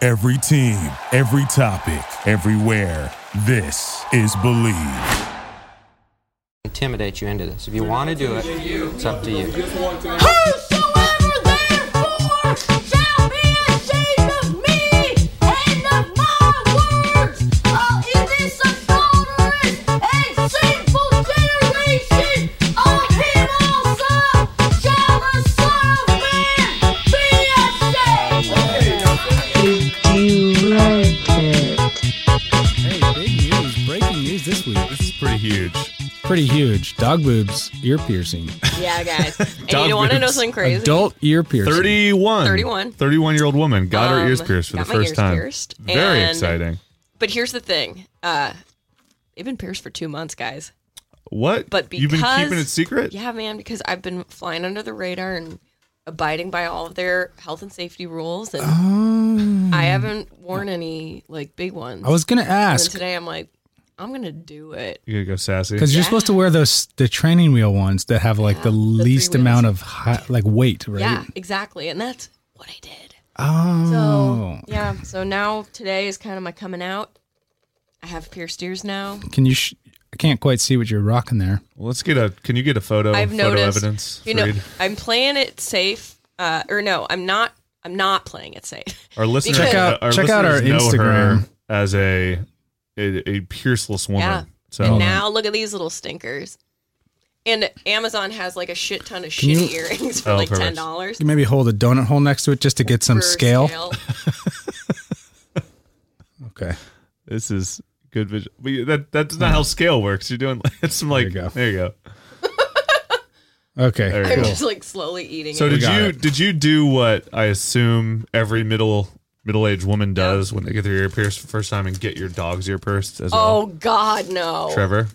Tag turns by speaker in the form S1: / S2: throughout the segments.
S1: Every team, every topic, everywhere. This is Believe.
S2: intimidate you into this. If you want to do it, it's up to you.
S3: Whosoever therefore shall be ashamed of me and of my words, uh, of this adulterous and sinful generation, of him also shall the Son of Man be ashamed.
S4: Hey, big news, breaking news this week.
S5: This is pretty huge.
S4: Pretty huge. Dog boobs, ear piercing.
S6: Yeah, guys. And
S5: Dog
S6: you want to know
S5: boobs.
S6: something crazy?
S4: Adult ear piercing.
S5: 31.
S6: 31.
S5: 31 year old woman got her ears
S6: Um,
S5: pierced for the
S6: got my
S5: first
S6: ears
S5: time.
S6: pierced,
S5: Very
S6: and-
S5: exciting.
S6: But here's the thing. Uh, they've been pierced for two months, guys.
S5: What?
S6: But
S5: You've been
S6: because-
S5: keeping it secret?
S6: Yeah, man, because I've been flying under the radar and abiding by all of their health and safety rules, and I
S5: Oh.
S6: haven't worn any like big ones.
S4: Mm. I was going to
S6: and then
S4: ask
S6: today. I'm like, I'm gonna do it.
S5: You gotta go sassy.
S4: because you're supposed to wear those the training wheel ones that have like the, least
S6: wheels.
S4: amount of high, like weight, right?
S6: Yeah, exactly, and that's what I did.
S4: Oh.
S6: So yeah, so now today is kind of my coming out. I have pierced ears now.
S4: Can you sh- I can't quite see what you're rocking there.
S5: Well, let's get a. Can you get a photo?
S6: I've
S5: photo
S6: noticed.
S5: evidence.
S6: you know,
S5: Fareed?
S6: I'm playing it safe, uh, or no, I'm not. I'm not playing it safe.
S5: our listeners.
S6: Check
S4: out-
S5: our
S4: check out our
S5: listeners know her
S4: Instagram.
S5: as a a, a pierceless woman.
S6: Yeah.
S5: So
S6: and now look at these little stinkers. And Amazon has like a shit ton of
S4: Can
S6: shitty
S4: you-
S6: earrings for
S5: Oh,
S6: like ten
S5: perfect.
S6: dollars.
S4: You maybe hold a donut hole next to it just to get some scale. Okay.
S5: this is good vision. But you- that that's not how scale works. You're doing. It's some
S4: There
S5: like.
S4: you go.
S5: There you go.
S4: Okay.
S5: There you
S6: I'm
S5: go.
S6: just like slowly eating
S5: So
S6: it.
S5: did
S4: got
S5: you
S4: it.
S5: did you do what I assume every middle middle aged woman does when they get their ear pierced for the first time and get your dog's ear pierced as
S6: Oh God, no!
S5: well, Trevor?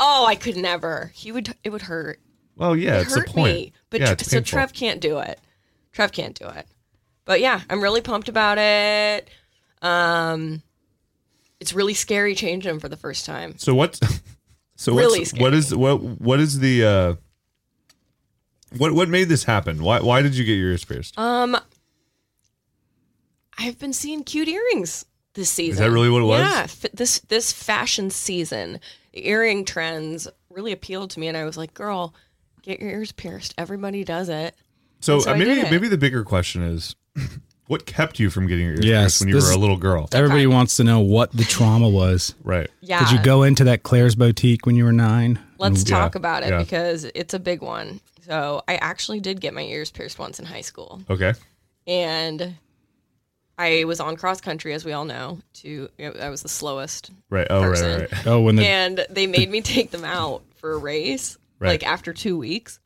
S6: Oh, I could never. He would. It would hurt.
S5: Well, yeah,
S6: it
S5: it's
S6: hurt
S5: the point.
S6: me. But
S5: yeah,
S6: Tre-
S5: it's
S6: so
S5: painful.
S6: Trev can't do it. Trev can't do it. But yeah, I'm really pumped about it. Um, it's really scary changing them for the first time.
S5: So what's so
S6: Really
S5: what's,
S6: scary.
S5: what is what what is the uh what what made this happen? Why why did you get your ears pierced?
S6: Um, I've been seeing cute earrings this season.
S5: that really what it was?
S6: Yeah, f- this this fashion season, the earring trends really appealed to me, and I was like, "Girl, get your ears pierced. Everybody does it."
S5: so
S6: so
S5: uh,
S6: I
S5: maybe
S6: did it.
S5: maybe the bigger question is what kept you from getting your ears
S4: Yes,
S5: pierced when you
S4: this
S5: were a
S4: is-
S5: little girl?
S4: Everybody wants to know what the trauma was.
S5: right.
S6: Yeah,
S4: Did you go into that Claire's boutique when you were nine?
S6: Let's
S5: Yeah,
S6: talk about it
S5: yeah.
S6: because it's a big one. So I actually did get my ears pierced once in high school,
S5: Okay.
S6: and I was on cross country, as we all know. To I was the slowest
S5: Right. Oh, right,
S6: Person.
S5: right, right.
S4: Oh, when the
S6: and they made me take them out for a race
S5: Right.
S6: like after two weeks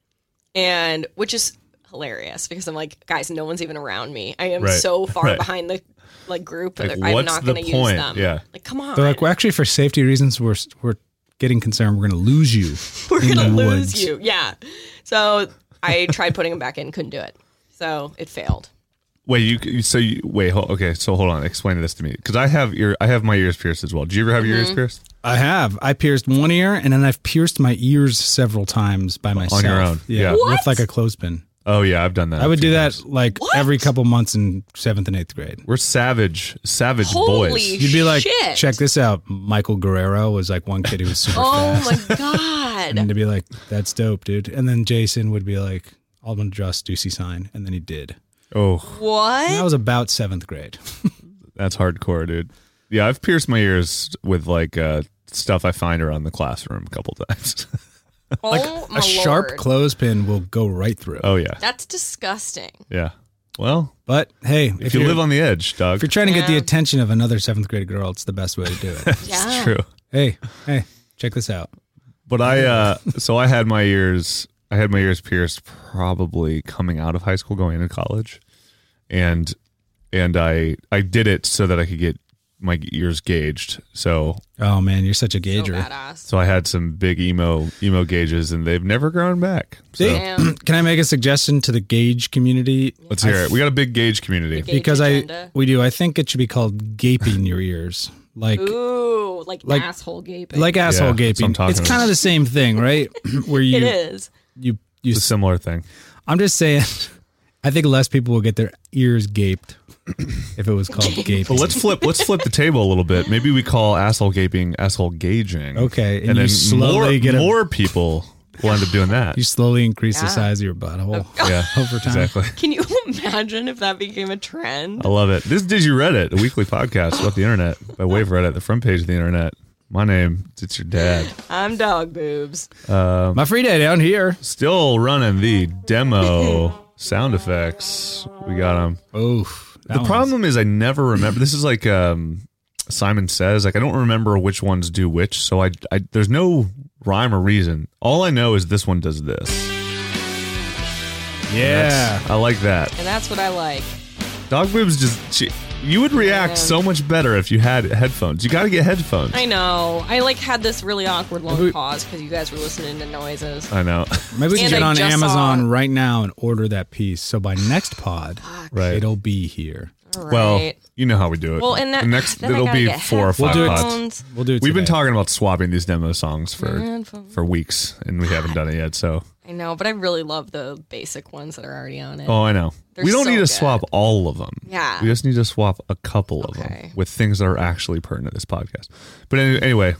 S6: and which is hilarious because i'm like guys no one's even around me i am
S5: Right.
S6: so far
S5: Right.
S6: behind the like group
S5: Like,
S6: that i'm
S5: what's
S6: not
S5: the
S6: going to use
S5: point?
S6: them
S5: Yeah.
S6: like come on
S4: They're like, well, actually, for safety reasons, we're we're getting concerned. We're going to lose you.
S6: we're
S4: in
S6: going to
S4: the
S6: lose
S4: woods.
S6: you yeah so i tried putting them back in couldn't do it so it failed
S5: Wait, you you- so you wait, hold, okay, so hold on, explain this to me cuz I have ear I have my ears pierced as well. Do you ever have your ears pierced?
S4: I have. I pierced one ear, and then I've pierced my ears several times by myself.
S5: your own, yeah.
S4: with like a clothespin.
S5: Oh yeah, I've done that.
S4: I
S5: a
S4: would
S5: few
S4: do that
S5: times.
S4: like
S6: What?
S4: every couple months in seventh and eighth grade.
S5: We're savage, savage
S6: Holy
S5: boys.
S4: You'd be like,
S6: Shit.
S4: check this out. Michael Guerrero was like one kid who was super
S6: oh
S4: fast,
S6: my
S4: and
S6: god
S4: to be like, that's dope, dude. And then Jason would be like, Almond Just Ducey sign, and then he did.
S5: Oh.
S4: And that
S6: what
S4: was about seventh grade.
S5: That's hardcore, dude. Yeah, I've pierced my ears with like uh, stuff I find around the classroom a couple times.
S6: oh
S4: like
S6: my
S4: a sharp
S6: Lord.
S4: clothespin will go right through.
S5: oh yeah,
S6: that's disgusting
S5: yeah. Well,
S4: But hey,
S5: if, you
S4: you're-
S5: live on the edge,
S4: If
S5: dog,
S4: you're trying to get the
S6: Yeah.
S4: attention of another seventh grade girl, it's the best way to do it.
S6: yeah
S5: it's true.
S4: hey, hey, check this out.
S5: But I, uh, so I had my ears, I had my ears pierced probably coming out of high school, going into college, and and I I did it so that I could get my ears gauged. So
S4: Oh man, you're such a
S6: so
S4: gauger.
S6: badass
S5: so I had some big emo emo gauges, and they've never grown back. So
S4: They-
S6: Damn.
S4: Can I make a suggestion to the gauge community?
S5: let's hear it. We got a big gauge community.
S6: Gauge
S4: Because I
S6: agenda.
S4: we do. I think it should be called gaping your ears, like
S6: Ooh, like,
S4: Like-
S6: asshole gaping.
S4: like
S5: Yeah,
S4: asshole
S5: that's what I'm
S4: gaping.
S5: talking
S4: It's kind
S5: about.
S4: of the same thing, right? Where
S6: it
S4: you
S6: is.
S4: you you.
S5: It's a similar thing.
S4: I'm just saying. I think less people will get their ears gaped if it was called gaping.
S5: But let's flip. Let's flip the table a little bit. Maybe we call asshole gaping asshole gauging.
S4: Okay, and you slowly
S5: more,
S4: get a-
S5: more people will end up doing that.
S4: you slowly increase the
S6: Yeah.
S4: size of your butthole.
S5: yeah,
S4: over time.
S5: Exactly.
S6: Can you imagine if that became a trend?
S5: I love it. This is Did You Reddit, a weekly podcast about the internet by Wave Reddit, the front page of the internet. My name, it's your dad.
S6: I'm dog boobs.
S4: My free day down here.
S5: Still running the demo sound effects. We got them.
S4: Oof. that
S5: The
S4: one's-
S5: problem is I never remember. This is like um, Simon says. Like I don't remember which ones do which. So I, I there's no rhyme or reason. All I know is this one does this.
S4: Yeah.
S5: I like that.
S6: And that's what I like.
S5: Dog boobs just. She, you would react
S6: Yeah.
S5: so much better if you had headphones. You got to get headphones.
S6: I know. I like had this really awkward long
S4: Maybe-
S6: pause because you guys were listening to noises.
S5: I know.
S4: Maybe we can
S6: And
S4: get
S6: I
S4: on
S6: just
S4: Amazon
S6: saw-
S4: right now and order that piece. So by next pod,
S5: Right.
S4: it'll be here.
S6: All right.
S5: Well, you know how we do it.
S6: Well, and that-
S5: the next
S6: then I
S5: it'll
S6: gotta
S5: be
S6: get
S5: four or
S4: We'll
S5: five
S4: do it.
S5: pods.
S4: We'll do it.
S5: We've been
S4: today.
S5: talking about swapping these demo songs for
S6: Headphones.
S5: for weeks, and we haven't done it yet. So,
S6: I know, but I really love the basic ones that are already on it.
S5: oh, I know.
S6: They're
S5: we don't
S6: so
S5: need to
S6: good.
S5: swap all of them.
S6: Yeah.
S5: we just need to swap a couple of them
S6: Okay.
S5: with things that are actually pertinent to this podcast. But any, anyway,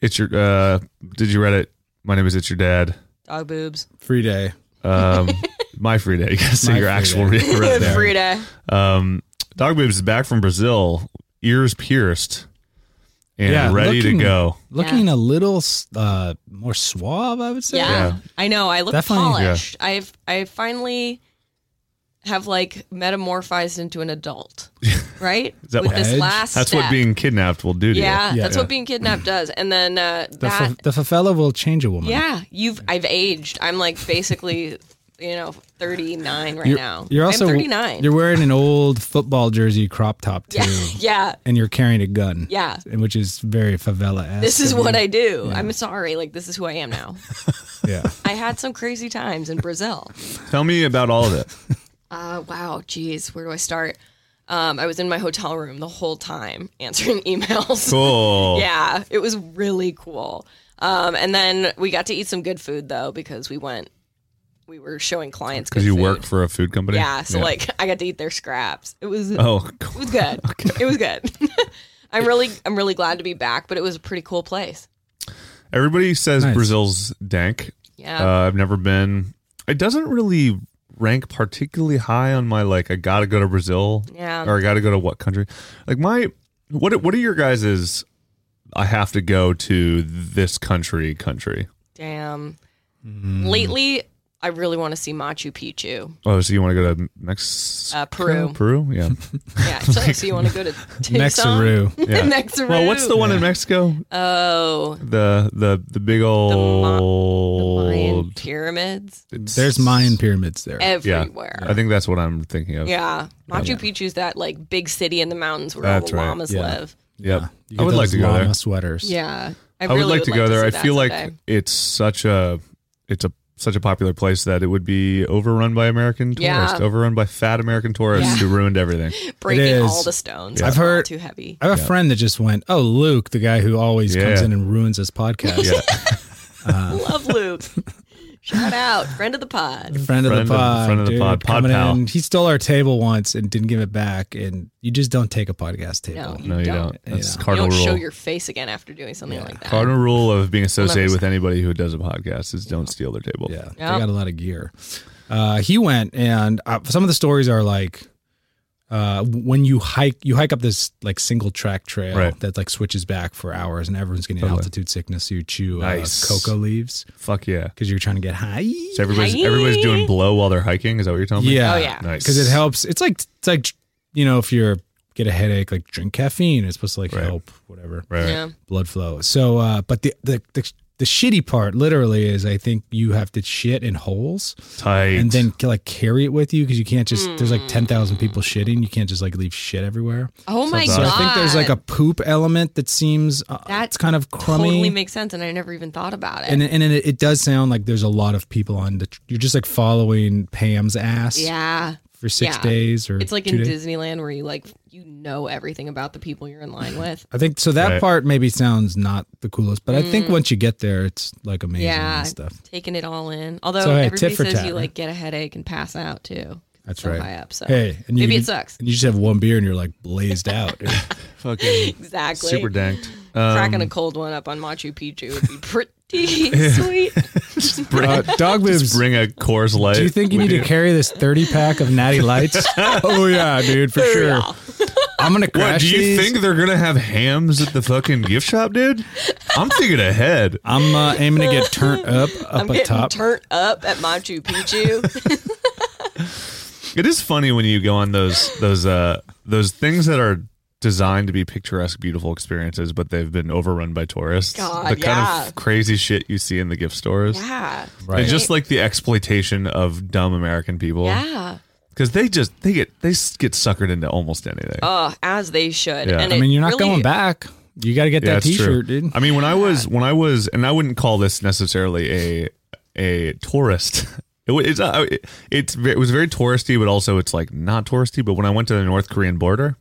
S5: it's your. uh Did you Reddit? My name is It's Your Dad.
S6: Dog boobs.
S4: free day.
S5: Um, my free day. You gotta say
S4: My
S5: your
S4: free
S5: actual
S4: day.
S5: re- Reddit. there.
S6: Frida.
S5: Um, Dog Boobs is back from Brazil, ears pierced, and
S4: Yeah,
S5: ready
S4: looking-
S5: to go.
S4: Looking a little s- uh, more suave, I would say.
S6: Yeah.
S5: Yeah.
S6: I know. I look
S4: Definitely.
S6: polished. I've I finally have like metamorphized into an adult. Right?
S5: Is that
S6: With
S5: what-
S6: this
S4: Edge?
S6: last
S5: That's
S6: step.
S5: what being kidnapped will do to
S6: yeah,
S5: you.
S6: that's
S4: Yeah.
S6: what being kidnapped does. And then uh,
S4: The,
S6: that
S4: fa- the favela will change a woman.
S6: Yeah, you've I've aged. I'm like basically, you know, 39 right
S4: You're,
S6: now.
S4: you're also
S6: I'm 39.
S4: You're wearing an old football jersey crop top too,
S6: yeah, yeah,
S4: and you're carrying a gun.
S6: yeah.
S4: and which is very favela.
S6: This is what I do. I'm sorry. Like this is who I am now.
S4: Yeah.
S6: I had some crazy times in Brazil.
S5: Tell me about all of it.
S6: Uh, wow, geez, where do I start? Um, I was in my hotel room the whole time answering emails.
S5: Cool.
S6: Yeah, it was really cool. Um, and then we got to eat some good food though because we went. We were showing clients
S5: Because
S6: good
S5: you
S6: food.
S5: work for a food company.
S6: Yeah, so like I got to eat their scraps. It was
S5: Oh,
S6: it
S5: cool.
S6: was good. It was good. I'm really I'm really glad to be back, but it was a pretty cool place.
S5: everybody says
S4: Nice.
S5: Brazil's dank.
S6: Yeah.
S5: Uh, I've never been. It doesn't really rank particularly high on my like. I gotta go to Brazil.
S6: Yeah.
S5: Or I gotta go to what country? Like my what? What are your guys's? I have to go to this country. Country.
S6: Damn.
S5: Mm.
S6: Lately, I really want to see Machu Picchu.
S5: Oh, so you want to go to Mexico?
S6: Uh, Peru.
S5: Peru. Yeah.
S6: Yeah. So, so you want to go to Tucson?
S4: Nexaru.
S5: Yeah.
S6: Nexaru.
S5: Well, what's the one in Mexico?
S6: Oh,
S5: The the the big
S6: the, Ma-
S5: old.
S6: the Mayan pyramids
S4: There's Mayan pyramids there.
S6: everywhere.
S5: I think that's what I'm thinking of.
S6: Yeah. Machu Picchu's that like big city in the mountains where
S5: That's
S6: all the
S5: right.
S6: llamas
S4: Yeah.
S6: live.
S5: Yep.
S4: You
S5: I
S4: get
S5: would like
S4: those
S5: to go
S4: llama
S5: there.
S4: Sweaters.
S6: Yeah. I,
S5: I
S6: really
S5: would like to go there. I feel like
S6: someday.
S5: it's such a it's a such a popular place that it would be overrun by American
S6: Yeah.
S5: tourists, overrun by fat American tourists who ruined everything.
S6: breaking all
S4: is.
S6: the stones.
S4: I've
S6: It's all
S4: heard-
S6: too heavy.
S4: I have a friend that just went, "Oh, Luke, the guy who always comes
S5: Yeah.
S4: in and ruins this podcast."
S5: Yeah.
S6: Love Luke. Shout out, friend of the
S4: Friend,
S6: pod.
S4: of
S5: Friend of-
S4: the pod,
S5: friend of the
S4: dude,
S5: pod, pod
S4: coming
S5: pal.
S4: in. He stole our table once and didn't give it back. And you just don't take a podcast
S6: No,
S4: table.
S6: you
S5: No, you
S6: don't.
S5: don't. That's
S6: You
S5: cardinal
S6: don't show
S5: rule.
S6: your face again after doing something like that.
S5: cardinal rule of being associated
S6: Well,
S5: with anybody who does a podcast is don't steal their table.
S4: Yeah, they
S6: Yep.
S4: got a lot of gear. Uh, he went, and uh, some of the stories are like uh, when you hike, you hike up this like single track trail
S5: Right.
S4: that like switches back for hours, and everyone's getting
S5: Totally.
S4: altitude sickness. So you chew
S5: Nice.
S4: uh, cocoa leaves
S5: Fuck yeah.
S4: because you're trying to get high.
S5: So everybody's
S6: Hi.
S5: everybody's doing blow while they're hiking. Is that what you're telling me?
S4: Yeah,
S6: Oh, yeah.
S5: Nice.
S4: because it helps. It's like it's like you know if you're get a headache, like drink caffeine. It's supposed to like
S5: Right.
S4: help whatever
S5: Right.
S6: Yeah.
S4: blood flow. So, uh, but the the. the the shitty part literally is I think you have to shit in holes
S5: Tight.
S4: and then like carry it with you because you can't just there's like
S6: Hmm.
S4: 10,000 people shitting you can't just like leave shit everywhere
S6: Oh my
S5: So
S4: so
S6: god.
S4: i think there's like a poop element that seems uh,
S6: That
S4: it's kind of crummy
S6: totally makes sense, and I never even thought about it.
S4: and, and it, it does sound like there's a lot of people on the you're just like following pam's ass
S6: yeah,
S4: for six
S6: Yeah.
S4: days or
S6: it's like
S4: two
S6: in
S4: days.
S6: Disneyland where you like you know everything about the people you're in line with.
S4: i think so that
S5: Right.
S4: part maybe sounds not the coolest but i think once you get there it's like amazing
S6: Mm. Yeah,
S4: and stuff
S6: taking it all in. Although
S4: So, hey, tit
S6: everybody
S4: for
S6: says
S4: tat,
S6: you
S4: right?
S6: like get a headache and pass out too. 'cause
S4: That's
S6: so
S4: right.
S6: high up. So
S4: Hey, and you
S6: maybe
S4: can-
S6: it sucks.
S4: And you just have one beer and you're like blazed out. dude.
S5: Fucking
S6: Exactly.
S5: super Um, danked.
S4: Uh,
S6: Cracking a cold one up on Machu Picchu would be pretty sweet.
S5: Bring,
S4: Uh, dog
S5: just
S4: boobs.
S5: bring a Coors Light.
S4: Do you think you need to carry this 30 pack of natty lights? oh yeah, dude, for sure. I'm gonna crash
S5: What do you
S4: these.
S5: think they're gonna have hams at the fucking gift shop, dude? I'm thinking ahead.
S4: I'm uh, aiming to get turned up up
S6: I'm
S4: at
S6: getting
S4: top.
S6: turned up at Machu Picchu.
S5: It is funny when you go on those those uh those things that are designed to be picturesque, beautiful experiences, but they've been overrun by tourists.
S6: God,
S5: the kind
S6: yeah.
S5: of crazy shit you see in the gift stores.
S6: yeah.
S5: And just like the exploitation of dumb American people.
S6: Yeah.
S5: Because they just they get they s- get suckered into almost anything.
S6: Oh, as they should.
S5: Yeah.
S6: And
S4: I mean,
S6: it
S4: you're not
S6: really-
S4: going back. You got to get that
S5: it's
S4: T-shirt, dude.
S5: I mean, when I was when I was, and I wouldn't call this necessarily a a tourist. It, wa- it's uh, it, it's ve- it was very touristy, but also it's like not touristy. But when I went to the North Korean border,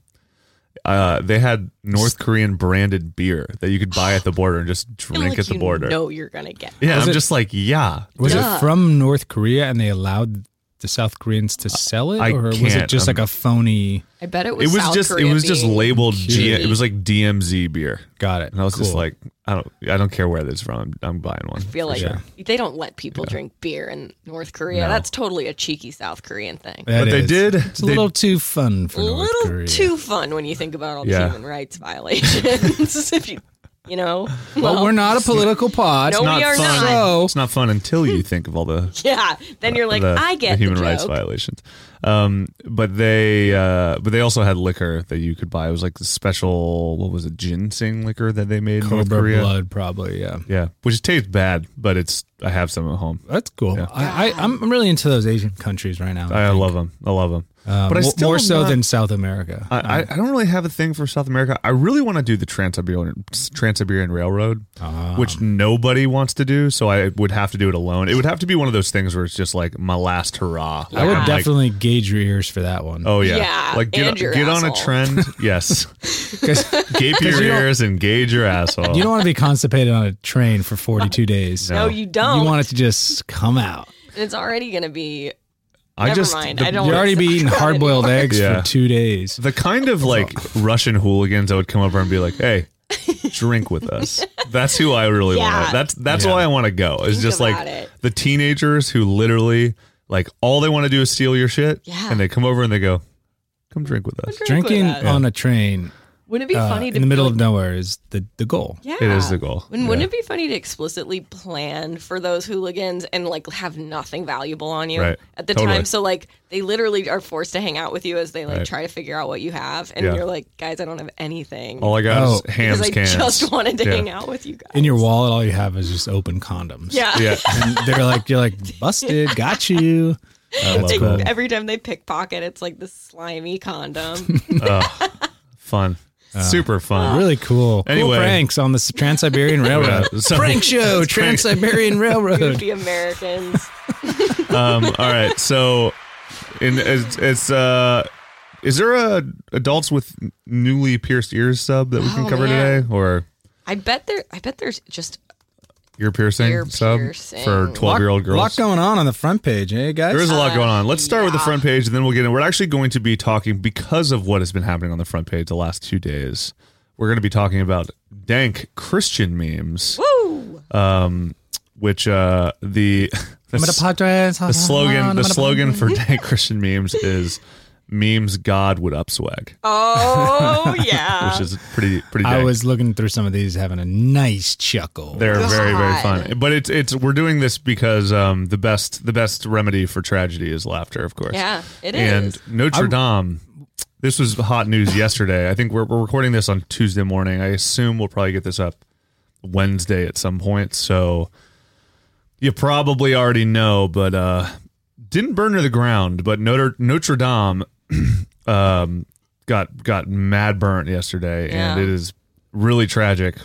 S5: uh, they had North Korean branded beer that you could buy at the border and just
S6: I feel
S5: drink
S6: like
S5: at the
S6: you
S5: border.
S6: know you're gonna get.
S5: yeah,
S4: Was
S5: I'm
S4: it-
S5: just like yeah.
S4: was
S6: Duh.
S4: it from North Korea and they allowed the South Koreans to sell it,
S5: I
S4: or was it
S5: can't,
S4: just
S5: um,
S4: like a phony?
S6: I bet it
S5: It
S6: was.
S5: was
S6: South
S5: just
S6: Korea
S5: it was just
S6: being-
S5: labeled G,
S6: cute.
S5: it was like DMZ beer,
S4: Got it.
S5: and I was just
S4: Cool.
S5: like I don't I don't care where that's from. I'm buying one.
S6: feel like
S4: sure.
S6: they don't let people drink beer in North Korea.
S5: No.
S6: That's totally a cheeky South Korean thing.
S4: That
S5: But they
S4: is-
S5: did-
S4: It's a
S5: they-
S4: little too fun for
S6: a
S4: North
S6: little
S4: Korea.
S6: too fun when you think about all the
S5: Yeah.
S6: human rights violations. if you, you know,
S4: Well,
S6: well,
S4: we're not a political pod.
S6: No, we are
S5: fun.
S6: not.
S4: So-
S5: It's not fun until you think of all the
S6: yeah. Then Hmm. you're like,
S5: the,
S6: I
S5: the
S6: get the,
S5: human rights
S6: joke.
S5: violations. Um, but they uh, but they also had liquor that you could buy. It was like the special what was it ginseng liquor that they made in North
S4: Cobra
S5: Korea.
S4: blood, probably. Yeah,
S5: Yeah, which tastes bad, but it's I have some at home.
S4: that's cool. I, I, I'm really into those Asian countries right now.
S5: I, love them. I love them. but I
S4: Uh, Mo-
S5: still
S4: more
S5: am
S4: so
S5: not-
S4: than Uh. South America.
S5: I, I, I don't really have a thing for South America. I really want to do the Trans Siberian Trans Siberian Railroad,
S4: Ah.
S5: which nobody wants to do. So I would have to do it alone. It would have to be one of those things where it's just like my last hurrah.
S4: I would
S5: Like,
S4: definitely gauge your ears for that one.
S5: Oh yeah,
S6: Yeah,
S5: like get
S6: and your
S5: get on a
S6: asshole.
S5: trend. Yes,
S4: 'Cause
S5: gape your
S4: you don't-
S5: ears and gauge your asshole.
S4: you don't want to be constipated on a train for 42 days.
S6: No, you don't.
S4: You want it to just come out.
S6: And it's already gonna be.
S5: I
S6: Never
S5: just
S6: mind.
S5: the,
S6: I don't
S4: You
S6: wanna
S4: already be
S6: talk
S4: eating
S6: about it
S4: hard boiled eggs
S5: Yeah.
S4: for two days.
S5: the kind of like Russian hooligans that would come over and be like, "Hey, drink with us." That's who I really want.
S6: Yeah.
S5: to That's that's why I want to go. It's
S6: Think
S5: just like
S6: about it.
S5: the teenagers who literally like all they want to do is steal your shit,
S6: Yeah.
S5: and they come over and they go, "Come drink with us."
S6: Drink with
S4: Drinking
S6: us.
S4: on a train
S6: Wouldn't it be
S4: uh,
S6: funny to
S4: in the middle
S6: like,
S4: of nowhere is the, the goal.
S6: Yeah.
S5: It is the goal.
S6: Wouldn't, wouldn't it be funny to explicitly plan for those hooligans and like have nothing valuable on you
S5: Right.
S6: at the
S5: Totally.
S6: time? So like they literally are forced to hang out with you as they like
S5: Right.
S6: try to figure out what you have, and
S5: Yeah.
S6: you're like, guys, I don't have anything.
S5: All I got
S4: Oh.
S5: is
S6: because
S5: hams
S6: I
S5: cans.
S6: just wanted to
S5: Yeah.
S6: hang out with you guys.
S4: In your wallet, all you have is just open condoms.
S6: yeah.
S5: Yeah,
S4: And they're like, you're like, busted, got you.
S5: I love
S6: Like,
S5: that.
S6: every time they pickpocket, it's like this slimy condom.
S5: Fun,
S4: Uh,
S5: super fun.
S4: Really cool.
S5: Anyway.
S4: Cool pranks on the Trans Siberian Railroad.
S5: Yeah, so-
S4: Prank show, Trans Siberian Railroad.
S6: Goofy Americans.
S5: Um, all right, so in it's, it's uh, is there a adults with newly pierced ears sub that we can
S6: Oh,
S5: cover
S6: man.
S5: today, or
S6: I bet there. I bet there's just
S5: ear piercing
S6: Ear
S5: sub
S6: piercing.
S5: for twelve year old
S4: A lot
S5: girls?
S4: going on on the front page, eh, guys?
S5: There is a
S6: Uh,
S5: lot going on. Let's start with the front page, and then we'll get in. We're actually going to be talking because of what has been happening on the front page the last two days. We're going to be talking about dank Christian memes,
S6: woo.
S5: um, which uh, the
S4: I'm gonna podcast.
S5: the slogan the slogan for dank Christian memes is memes God would upswag,
S6: Oh yeah.
S5: which is pretty pretty. Dank.
S4: I was looking through some of these, having a nice chuckle.
S5: They're very very
S6: God.
S5: fun, but it's it's we're doing this because um, the best the best remedy for tragedy is laughter, of course.
S6: Yeah, it
S5: and
S6: is.
S5: Notre Dame. This was hot news yesterday. I think we're we're recording this on Tuesday morning. I assume we'll probably get this up Wednesday at some point. So you probably already know, but uh, didn't burn to the ground. But Notre Notre Dame um, got got mad burnt yesterday,
S6: Yeah.
S5: and it is really tragic.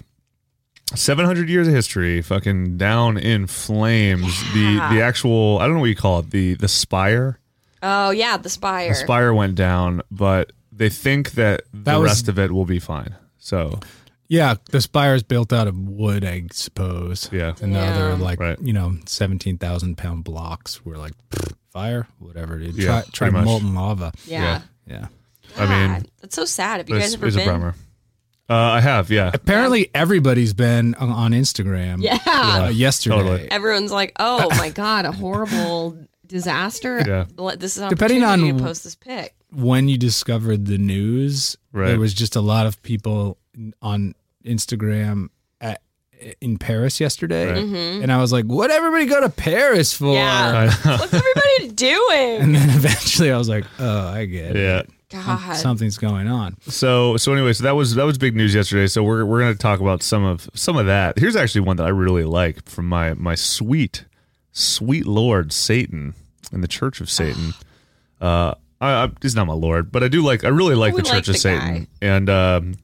S5: 700 years of history fucking down in flames the the actual i don't know what you call it the the spire
S6: Oh yeah, the spire.
S5: the spire went down but they think that the
S4: That was-
S5: rest of it will be fine so
S4: yeah, the spire is built out of wood, I suppose.
S5: Yeah.
S4: and the other like
S5: Right.
S4: you know seventeen thousand pound blocks were like pfft, fire, whatever, dude.
S5: Yeah,
S4: try try
S5: pretty much.
S4: molten lava.
S6: Yeah.
S5: Yeah.
S4: Yeah.
S5: I mean,
S6: God, that's so sad. Have you guys
S5: It's,
S6: ever
S5: it's a
S6: been?
S5: bummer. Uh, I have, yeah.
S4: Apparently, everybody's been on- on Instagram.
S6: Yeah.
S4: uh, yesterday.
S5: Totally.
S6: Everyone's like, "Oh my god, a horrible disaster."
S5: Yeah.
S6: Let- This is an
S4: Depending
S6: opportunity
S4: on-
S6: to post this pic.
S4: When you discovered the news,
S5: Right.
S4: there was just a lot of people on Instagram at, in Paris yesterday,
S5: Right.
S4: and I was like, "What everybody go to Paris for?"
S6: Mm-hmm. Yeah.
S4: Uh,
S5: I-
S6: What's everybody doing?
S4: And then eventually, I was like, "Oh, I get it.
S5: yeah.
S6: God.
S4: Something's going on."
S5: So so anyway, so that was that was big news yesterday. So we're we're gonna talk about some of some of that. Here's actually one that I really like from my my sweet sweet Lord Satan in the Church of Satan. uh, I, I, he's not my Lord, but I do like I really like
S6: We
S5: the
S6: like
S5: Church of
S6: the
S5: Satan. And um,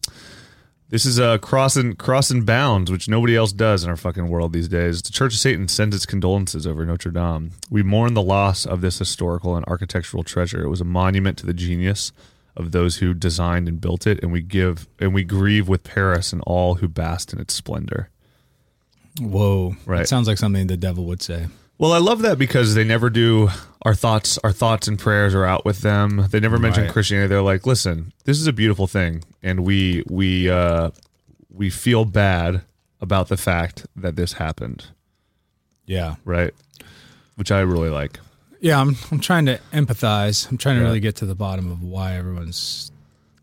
S5: this is uh, crossing crossing bounds, which nobody else does in our fucking world these days. The Church of Satan sends its condolences over Notre Dame. We mourn the loss of this historical and architectural treasure. It was a monument to the genius of those who designed and built it, and we give and we grieve with Paris and all who basked in its splendor.
S4: Whoa!
S5: Right.
S4: It sounds like something the devil would say.
S5: Well, I love that because they never do our thoughts our thoughts and prayers are out with them. They never mention
S4: Right.
S5: Christianity. They're like, "Listen, this is a beautiful thing and we we uh we feel bad about the fact that this happened."
S4: Yeah.
S5: Right? Which I really like.
S4: Yeah, I'm, I'm trying to empathize. I'm trying to
S5: Yeah.
S4: really get to the bottom of why everyone's.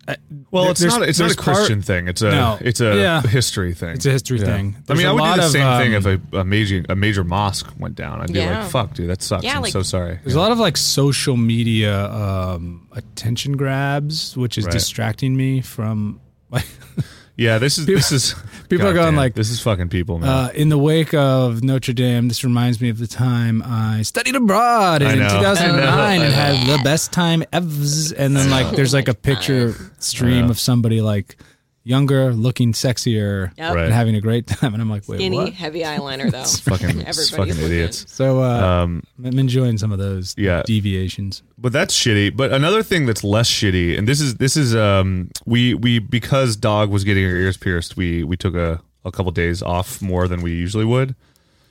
S4: uh,
S5: Well,
S4: There-
S5: it's
S4: there's-
S5: not it's not a
S4: there's part-
S5: Christian thing. It's a
S4: No.
S5: it's a
S4: Yeah.
S5: history thing.
S4: It's a history
S5: Yeah.
S4: thing.
S5: I mean,
S4: There's
S5: I
S4: a
S5: would do
S4: lot
S5: the
S4: of,
S5: same thing
S4: um,
S5: if a, a major a major mosque went down. I'd be
S6: Yeah.
S5: like, "Fuck, dude, that sucks.
S6: Yeah,
S5: I'm
S6: like-
S5: so sorry."
S4: There's a lot of like social media um, attention grabs, which is
S5: Right.
S4: distracting me from like
S5: Yeah, this is this is
S4: people are
S5: God
S4: going
S5: damn,
S4: like,
S5: this is fucking people, man.
S4: uh, in the wake of Notre Dame. This reminds me of the time I studied abroad
S5: I
S4: in
S5: know. I
S4: 2009
S5: know.
S4: and had the best time evs. And then like there's like a picture stream of somebody like younger, looking sexier,
S6: Yep.
S5: Right.
S4: and having a great time. And I'm like, wait,
S6: Skinny,
S4: what?
S6: heavy eyeliner though.
S5: fucking
S6: Everybody's
S5: fucking
S6: looking.
S5: idiots.
S4: So uh,
S5: Um,
S4: I'm enjoying some of those
S5: Yeah.
S4: deviations.
S5: but that's shitty. But another thing that's less shitty, and this is this is um we we because dog was getting her ears pierced, we we took a a couple days off more than we usually would.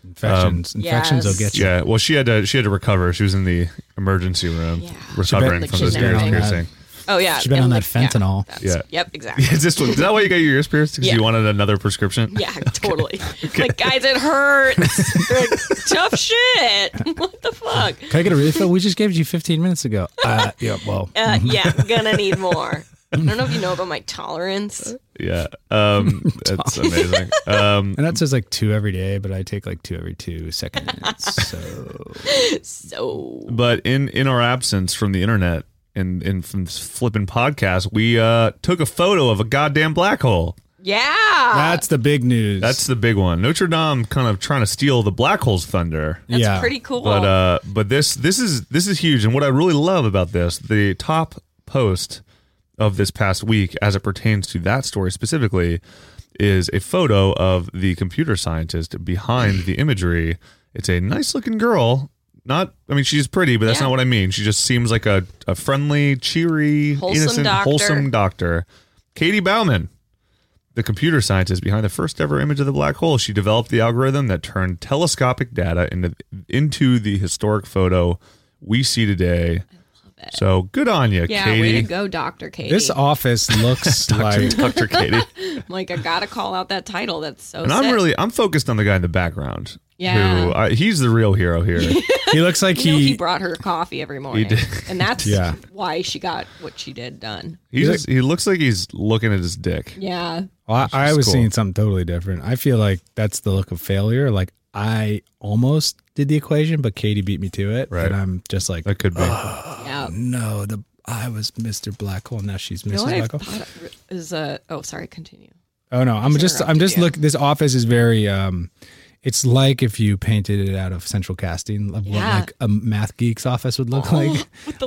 S4: Infections,
S6: Um,
S4: infections will
S6: Yes.
S4: get you.
S5: Yeah. Well, she had to she had to recover. She was in the emergency room
S6: Yeah.
S5: recovering
S6: She's
S5: from
S6: been-
S5: this
S6: like,
S5: ears
S6: kidnapped.
S5: piercing.
S6: Oh yeah.
S4: She's been
S6: and
S4: on
S6: like,
S4: that fentanyl.
S6: Yeah.
S5: Yeah.
S6: that's- Yep. Exactly.
S5: Is this is that why you got your ears pierced? Because
S6: Yeah.
S5: you wanted another prescription?
S6: Yeah, totally. Like, guys, it hurts. Like, tough shit. What the fuck?
S4: Can I get a refill? we just gave it to you 15 minutes ago. Uh, yeah, well,
S6: Uh, yeah, gonna need more. I don't know if you know about my tolerance.
S5: Yeah. Um, that's amazing. Um,
S4: and that says like two every day, but I take like two every two seconds. So
S6: So
S5: but in in our absence from the internet and and from this flipping podcast, we uh took a photo of a goddamn black hole.
S6: yeah,
S4: that's the big news.
S5: That's the big one. Notre Dame kind of trying to steal the black hole's thunder.
S6: that's
S4: yeah.
S6: pretty cool.
S5: But uh but this this is this is huge and what I really love about this, the top post of this past week as it pertains to that story specifically is a photo of the computer scientist behind the imagery. It's a nice looking girl. Not I mean she's pretty, but that's
S6: Yeah.
S5: not what I mean. She just seems like a, a friendly, cheery,
S6: Wholesome
S5: innocent,
S6: doctor.
S5: wholesome doctor. Katie Bauman the computer scientist behind the first ever image of the black hole. She developed the algorithm that turned telescopic data into into the historic photo we see today. So good on you,
S6: yeah,
S5: Katie.
S6: way to go, Doctor Katie.
S4: this office looks like
S5: Dr. Katie.
S6: like, I gotta call out that title. That's so.
S5: And I'm
S6: sick.
S5: really I'm focused on the guy in the background.
S6: Yeah.
S5: Who I, he's the real hero here.
S4: he looks like
S6: You know, he
S4: he.
S6: brought her coffee every morning,
S5: did.
S6: and that's
S4: Yeah.
S6: why she got what she did done.
S5: He just he looks like he's looking at his dick.
S6: Yeah,
S4: Well, I, I
S5: is
S4: was
S5: cool.
S4: seeing something totally different. I feel like that's the look of failure. Like I almost did the equation, but Katie beat me to it.
S5: Right.
S4: And I'm just like,
S5: That could be. Oh,
S6: yeah.
S4: no, the I was Mr. Black Hole. Now she's Mrs.
S6: You know what I
S4: Black Hole.
S6: thought is uh, oh sorry continue
S4: Oh no, I'm just I'm
S6: interrupted
S4: just
S6: you.
S4: look. This office is very. um It's like if you painted it out of central casting, of what
S6: Yeah.
S4: like a math geek's office would look like.
S6: the,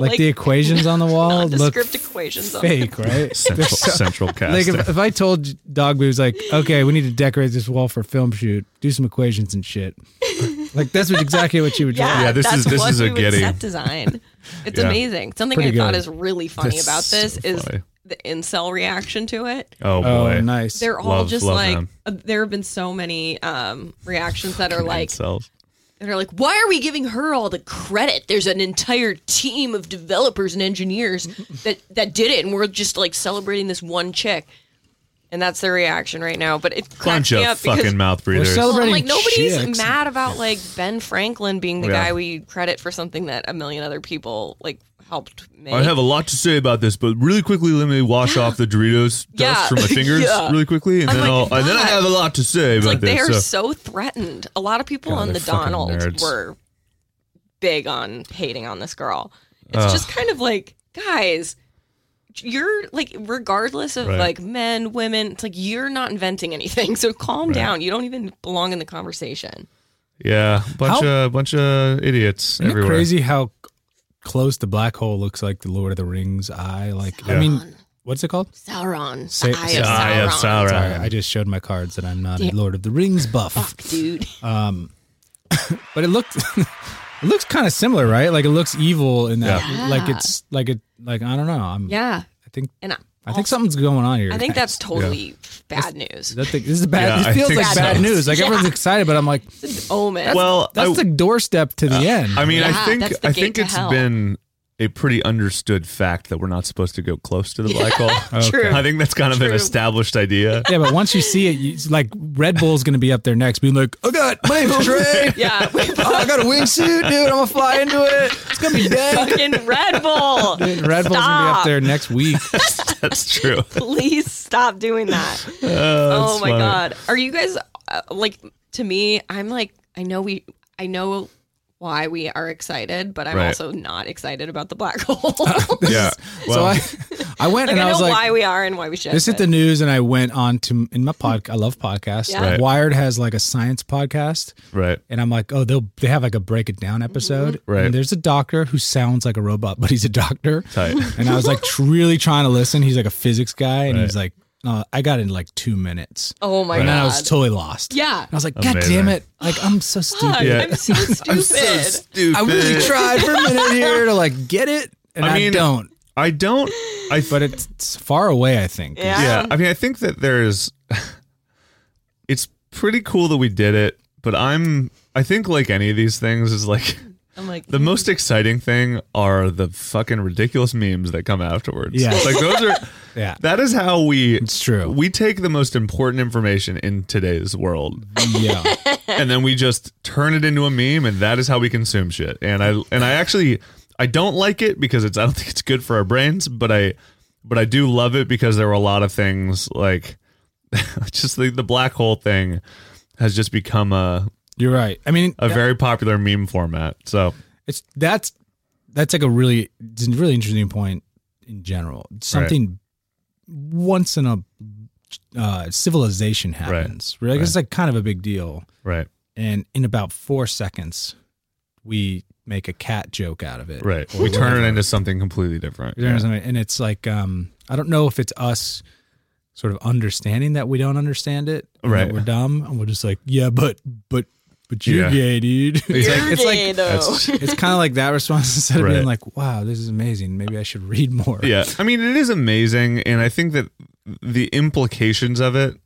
S4: like,
S6: like,
S4: the equations on the wall look
S6: nondescript equations on
S4: fake, right?
S5: Central, central
S4: Like
S5: casting.
S4: if, if I told Dog Boo's like, okay, we need to decorate this wall for film shoot, do some equations and shit. like that's what, exactly what you would draw.
S5: Yeah, this
S6: that's
S5: is- this
S6: what
S5: is a
S6: we would
S5: Getty.
S6: set design. It's
S5: Yeah.
S6: amazing. Something
S4: Pretty
S6: I thought
S4: good.
S6: is really funny
S5: That's
S6: about this
S5: so
S6: is
S5: funny.
S6: the incel reaction to it.
S5: oh
S4: Oh,
S5: boy.
S4: nice.
S6: They're all
S5: Love-
S6: just
S5: love
S6: like
S5: them.
S6: uh, there have been so many um, reactions that are like
S5: Incels.
S6: And are like, why are we giving her all the credit? There's an entire team of developers and engineers that that did it, and we're just like celebrating this one chick. And that's their reaction right now. But it cracks
S5: Bunch
S6: me
S5: of
S6: up because
S5: fucking mouth breathers.
S4: celebrating-
S6: I'm like nobody's
S4: chicks.
S6: mad about like Ben Franklin being the
S5: Yeah.
S6: guy we credit for something that a million other people like helped make.
S5: I have a lot to say about this, but really quickly, let me wash off the Doritos dust
S6: Yeah.
S5: from my fingers
S6: Yeah.
S5: really quickly, and
S6: I'm
S5: then
S6: like,
S5: I'll, and then I
S6: God.
S5: have a lot to say
S6: It's
S5: about
S6: like
S5: this.
S6: they are
S5: so-
S6: so, threatened. A lot of people
S5: God,
S6: on
S5: they're
S6: the
S5: fucking
S6: Donald
S5: nerds.
S6: were big on hating on this girl. It's just kind of like, guys, you're like, regardless of
S5: Right.
S6: like men, women, it's like you're not inventing anything. So calm down. You don't even belong in the conversation.
S5: yeah, bunch
S4: How-
S5: of bunch of idiots
S4: Isn't it
S5: everywhere.
S4: crazy how c- close the black hole looks like the Lord of the Rings eye? Like, I mean, what's it called?
S6: Sauron,
S4: Sa-
S6: the eye,
S4: the
S6: of
S5: eye of
S6: Sauron.
S5: Sauron.
S4: Sorry, I just showed my cards that I'm not a Lord of the Rings buff.
S6: Fuck, dude.
S4: But it looked it looks kind of similar, right? Like it looks evil in that
S5: Yeah.
S4: like it's like it like I don't know. I'm
S6: yeah,
S4: I think
S6: and I,
S4: I think something's going on here.
S6: I think that's totally bad news.
S4: That thing- this is bad.
S5: Yeah, I
S4: this feels
S5: think
S4: like
S5: so.
S4: bad news. Like everyone's excited, but I'm like,
S6: It's an omen.
S5: Well,
S4: that's
S5: I-
S4: the doorstep to the end.
S5: I mean,
S6: Yeah,
S5: I think
S6: that's the
S5: I
S6: gate
S5: think
S6: to
S5: it's
S6: hell.
S5: been a pretty understood fact that we're not supposed to go close to the black hole.
S6: True.
S5: I think that's kind of an
S6: True.
S5: established idea.
S4: yeah, but once you see it, you, it's like Red Bull's going to be up there next, being like, "Oh God, my name's Trey.
S6: yeah, we
S4: Oh, I got a wingsuit, dude. I'm gonna fly into it. It's gonna be dead."
S6: fucking Red Bull.
S4: Red Bull's gonna be up
S6: Stop.
S4: there next week.
S5: that's true.
S6: please stop doing that. oh my
S5: funny.
S6: god, are you guys uh, like to me? I'm like, I know we, I know why we are excited, but I'm
S5: Right.
S6: also not excited about the black hole.
S5: Yeah.
S4: so
S5: Well,
S4: I, I went
S6: like,
S4: and I,
S6: I know
S4: was like,
S6: why we are and why we should.
S4: This hit the news, and I went on to in my pod. I love podcasts.
S6: Yeah. Right.
S4: Wired has like a science podcast,
S5: right.
S4: and I'm like, oh, they'll they have like a break it
S6: Mm-hmm.
S4: down episode.
S5: Right.
S4: And there's a doctor who sounds like a robot, but he's a doctor.
S5: Tight.
S4: And I was like, tr- really trying to listen. He's like a physics guy, and
S5: Right.
S4: he's like, no, I got it in like two minutes.
S6: oh my
S4: and then I
S6: god,
S4: was totally lost.
S6: yeah.
S4: And I was like, God
S5: Amazing.
S4: damn it! Like I'm so
S6: God,
S4: stupid.
S5: Yeah.
S6: I'm so stupid.
S5: stupid.
S4: I really tried for a minute here to like get it, and
S5: I
S4: I,
S5: mean-
S4: don't.
S5: I don't. I
S4: But it's, it's far away. I think.
S6: Yeah.
S5: yeah. I mean, I think that there's. It's pretty cool that we did it, but I'm. I think like any of these things is like
S6: I'm like,
S5: the most exciting thing are the fucking ridiculous memes that come afterwards.
S4: Yeah.
S5: like those are.
S4: Yeah.
S5: That is how we.
S4: It's true.
S5: We take the most important information in today's world,
S4: yeah.
S5: and then we just turn it into a meme, and that is how we consume shit. And I and I actually I don't like it because it's I don't think it's good for our brains, but I but I do love it because there were a lot of things like just the, the black hole thing has just become a
S4: You're right. I mean,
S5: a very popular meme format. So
S4: It's that's that's like a really it's a really interesting point in general. Something once in a uh, civilization happens. Right. It's like kind of a big deal,
S5: right,
S4: and in about four seconds, we make a cat joke out of it.
S5: right, we turn it into something completely different.
S4: You know what I'm saying? And it's like um, I don't know if it's us sort of understanding that we don't understand it, and that
S5: Right.
S4: We're dumb, and we're just like, yeah, but but but you're
S5: Yeah.
S4: gay, dude. It's
S5: You're
S4: like it's like
S5: That's,
S4: it's kind of like that response instead of being
S5: Right.
S4: like, "Wow, this is amazing. Maybe I should read more."
S5: Yeah. I mean, it is amazing. And I think that the implications of it,